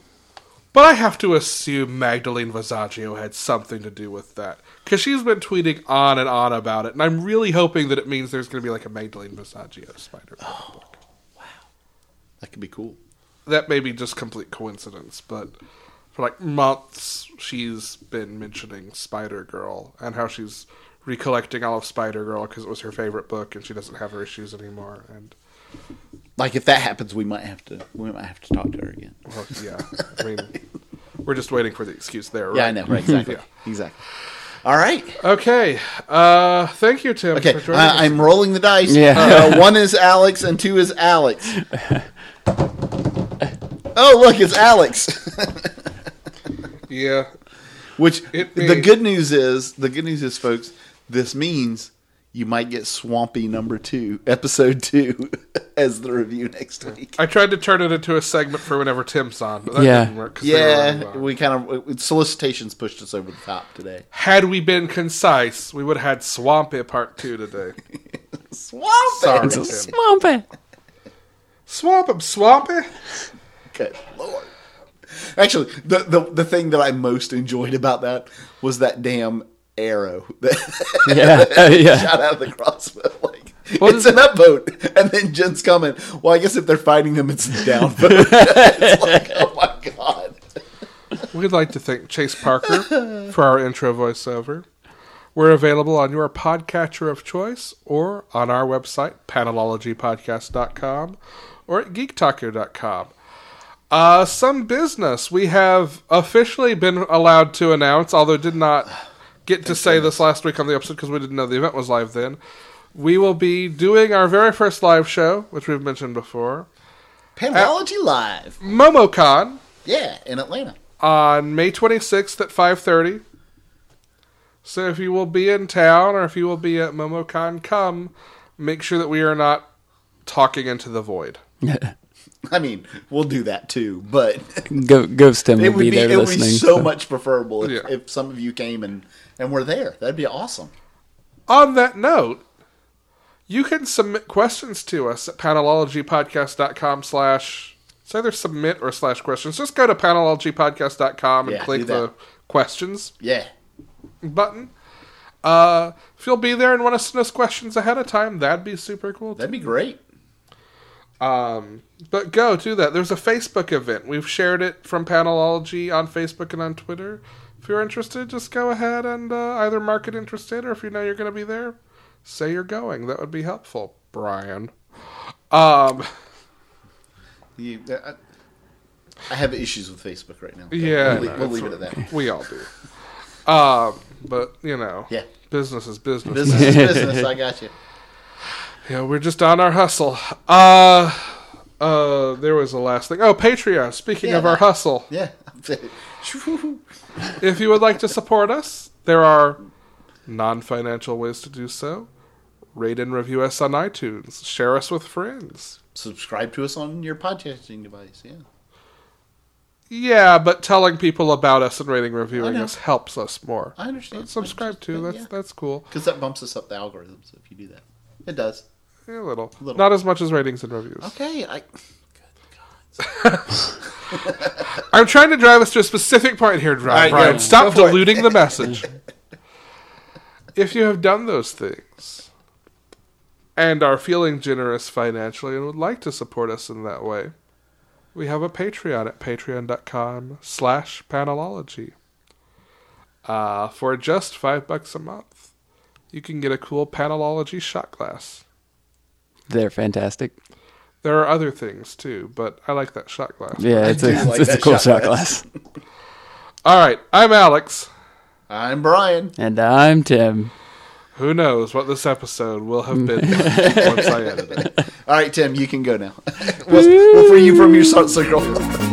S1: but I have to assume Magdalene Visaggio had something to do with that. Because she's been tweeting on and on about it, and I'm really hoping that it means there's going to be like a Magdalene Visaggio spider.
S2: That could be cool.
S1: That may be just complete coincidence, but for like months, she's been mentioning Spider Girl and how she's recollecting all of Spider Girl because it was her favorite book and she doesn't have her issues anymore. And
S2: Like if that happens we might have to we might have to talk to her again.
S1: Well, yeah, I mean, We're just waiting for the excuse there. Right?
S2: Yeah, I know. Right, exactly.
S1: Yeah.
S2: Exactly. All right.
S1: Okay. Uh, thank you, Tim.
S2: Okay.
S1: For joining us.
S2: I, I'm rolling the dice.
S3: Yeah.
S2: Uh, one is Alex and two is Alex. Oh, look, it's Alex.
S1: yeah.
S2: Which
S1: It
S2: the
S1: may-
S2: good news is, the good news is, folks, this means you might get Swampy number two, episode two, as the review next week.
S1: I tried to turn it into a segment for whenever Tim's on, but that
S3: Yeah.
S1: didn't work. 'cause they were on the
S2: Yeah,
S1: bar.
S2: we kind of solicitations pushed us over the top today.
S1: Had we been concise, we would have had Swampy Part 2 today.
S2: Swampy.
S1: Sorry,
S3: It's
S1: Tim.
S3: a swamp it.
S1: Swamp him, Swampy.
S2: Good lord. Actually, the, the the thing that I most enjoyed about that was that damn arrow that
S3: Yeah, uh, yeah.
S2: shot out of the crossbow. Like
S3: Well,
S2: it's an upvote, and then Jen's coming. Well, I guess if they're fighting them, it's the downvote. it's like, oh my god.
S1: We'd like to thank Chase Parker for our intro voiceover. We're available on your podcatcher of choice or on our website, panelologypodcast.com or at geektaco.com. Uh, some business we have officially been allowed to announce, although did not get to say this last week on the episode because we didn't know the event was live then. We will be doing our very first live show, which we've mentioned before,
S2: Panology live,
S1: MomoCon,
S2: yeah, in Atlanta.
S1: on May 26th at 5:30. So if you will be in town or if you will be at MomoCon, come. Make sure that we are not talking into the void.
S2: I mean, we'll do that too, but
S3: Go, Ghost Tim
S2: it
S3: will
S2: would
S3: be,
S2: be,
S3: there
S2: it would be
S3: listening.
S2: so much preferable if,
S1: Yeah.
S2: if some of you came and and were there. That'd be awesome.
S1: On that note, you can submit questions to us at panelologypodcast.com slash say there's submit or slash questions. Just go to panelologypodcast.com and
S2: Yeah, do
S1: click
S2: that.
S1: the questions
S2: Yeah,
S1: button. Uh, if you'll be there and want to send us questions ahead of time, that'd be super cool. too.
S2: that'd be great.
S1: Um, but go do that. There's a Facebook event. We've shared it from Panelology on Facebook and on Twitter. If you're interested, just go ahead and uh, either mark it interested, or if you know you're going to be there, say you're going. That would be helpful, Brian. Um,
S2: You, I, uh, I have issues with Facebook right now.
S1: Yeah,
S2: we'll,
S1: no,
S2: leave, we'll leave it at that.
S1: we all do. Um, but you know,
S2: Yeah.
S1: business is business.
S2: Business is business. I got you.
S1: Yeah, we're just on our hustle. Uh, uh, there was the last thing. Oh, Patreon. Speaking
S2: Yeah,
S1: of our
S2: that-
S1: hustle.
S2: Yeah.
S1: If you would like to support us, there are non financial ways to do so. Rate and review us on iTunes. Share us with friends.
S2: Subscribe to us on your podcasting device. Yeah.
S1: Yeah, but telling people about us and rating and reviewing
S2: I know.
S1: us helps us more.
S2: I understand.
S1: But subscribe to that's that's cool.
S2: Because that bumps us up the algorithm. So if you do that, it does.
S1: Yeah, A little.
S2: Little.
S1: Not as much as ratings and reviews.
S2: Okay. I.
S1: I'm trying to drive us to a specific point here, Dri-
S2: All right,
S1: Brian.
S2: yeah,
S1: Stop
S2: go for it.
S1: diluting the message. if you have done those things and are feeling generous financially and would like to support us in that way, we have a Patreon at patreon.com slash panelology. Uh, for just five bucks a month, you can get a cool panelology shot glass.
S3: They're fantastic.
S1: There are other things too, but I like that shot glass.
S3: Yeah, it's a,
S2: do
S3: it's,
S2: like
S3: it's a
S2: that
S3: cool
S2: shot
S3: shot
S2: glass.
S3: glass.
S1: All right, I'm Alex.
S2: I'm Brian.
S3: And I'm Tim.
S1: Who knows what this episode will have been once I edit it.
S2: All right, Tim. You can go now. we'll, we'll free you from your salt circle.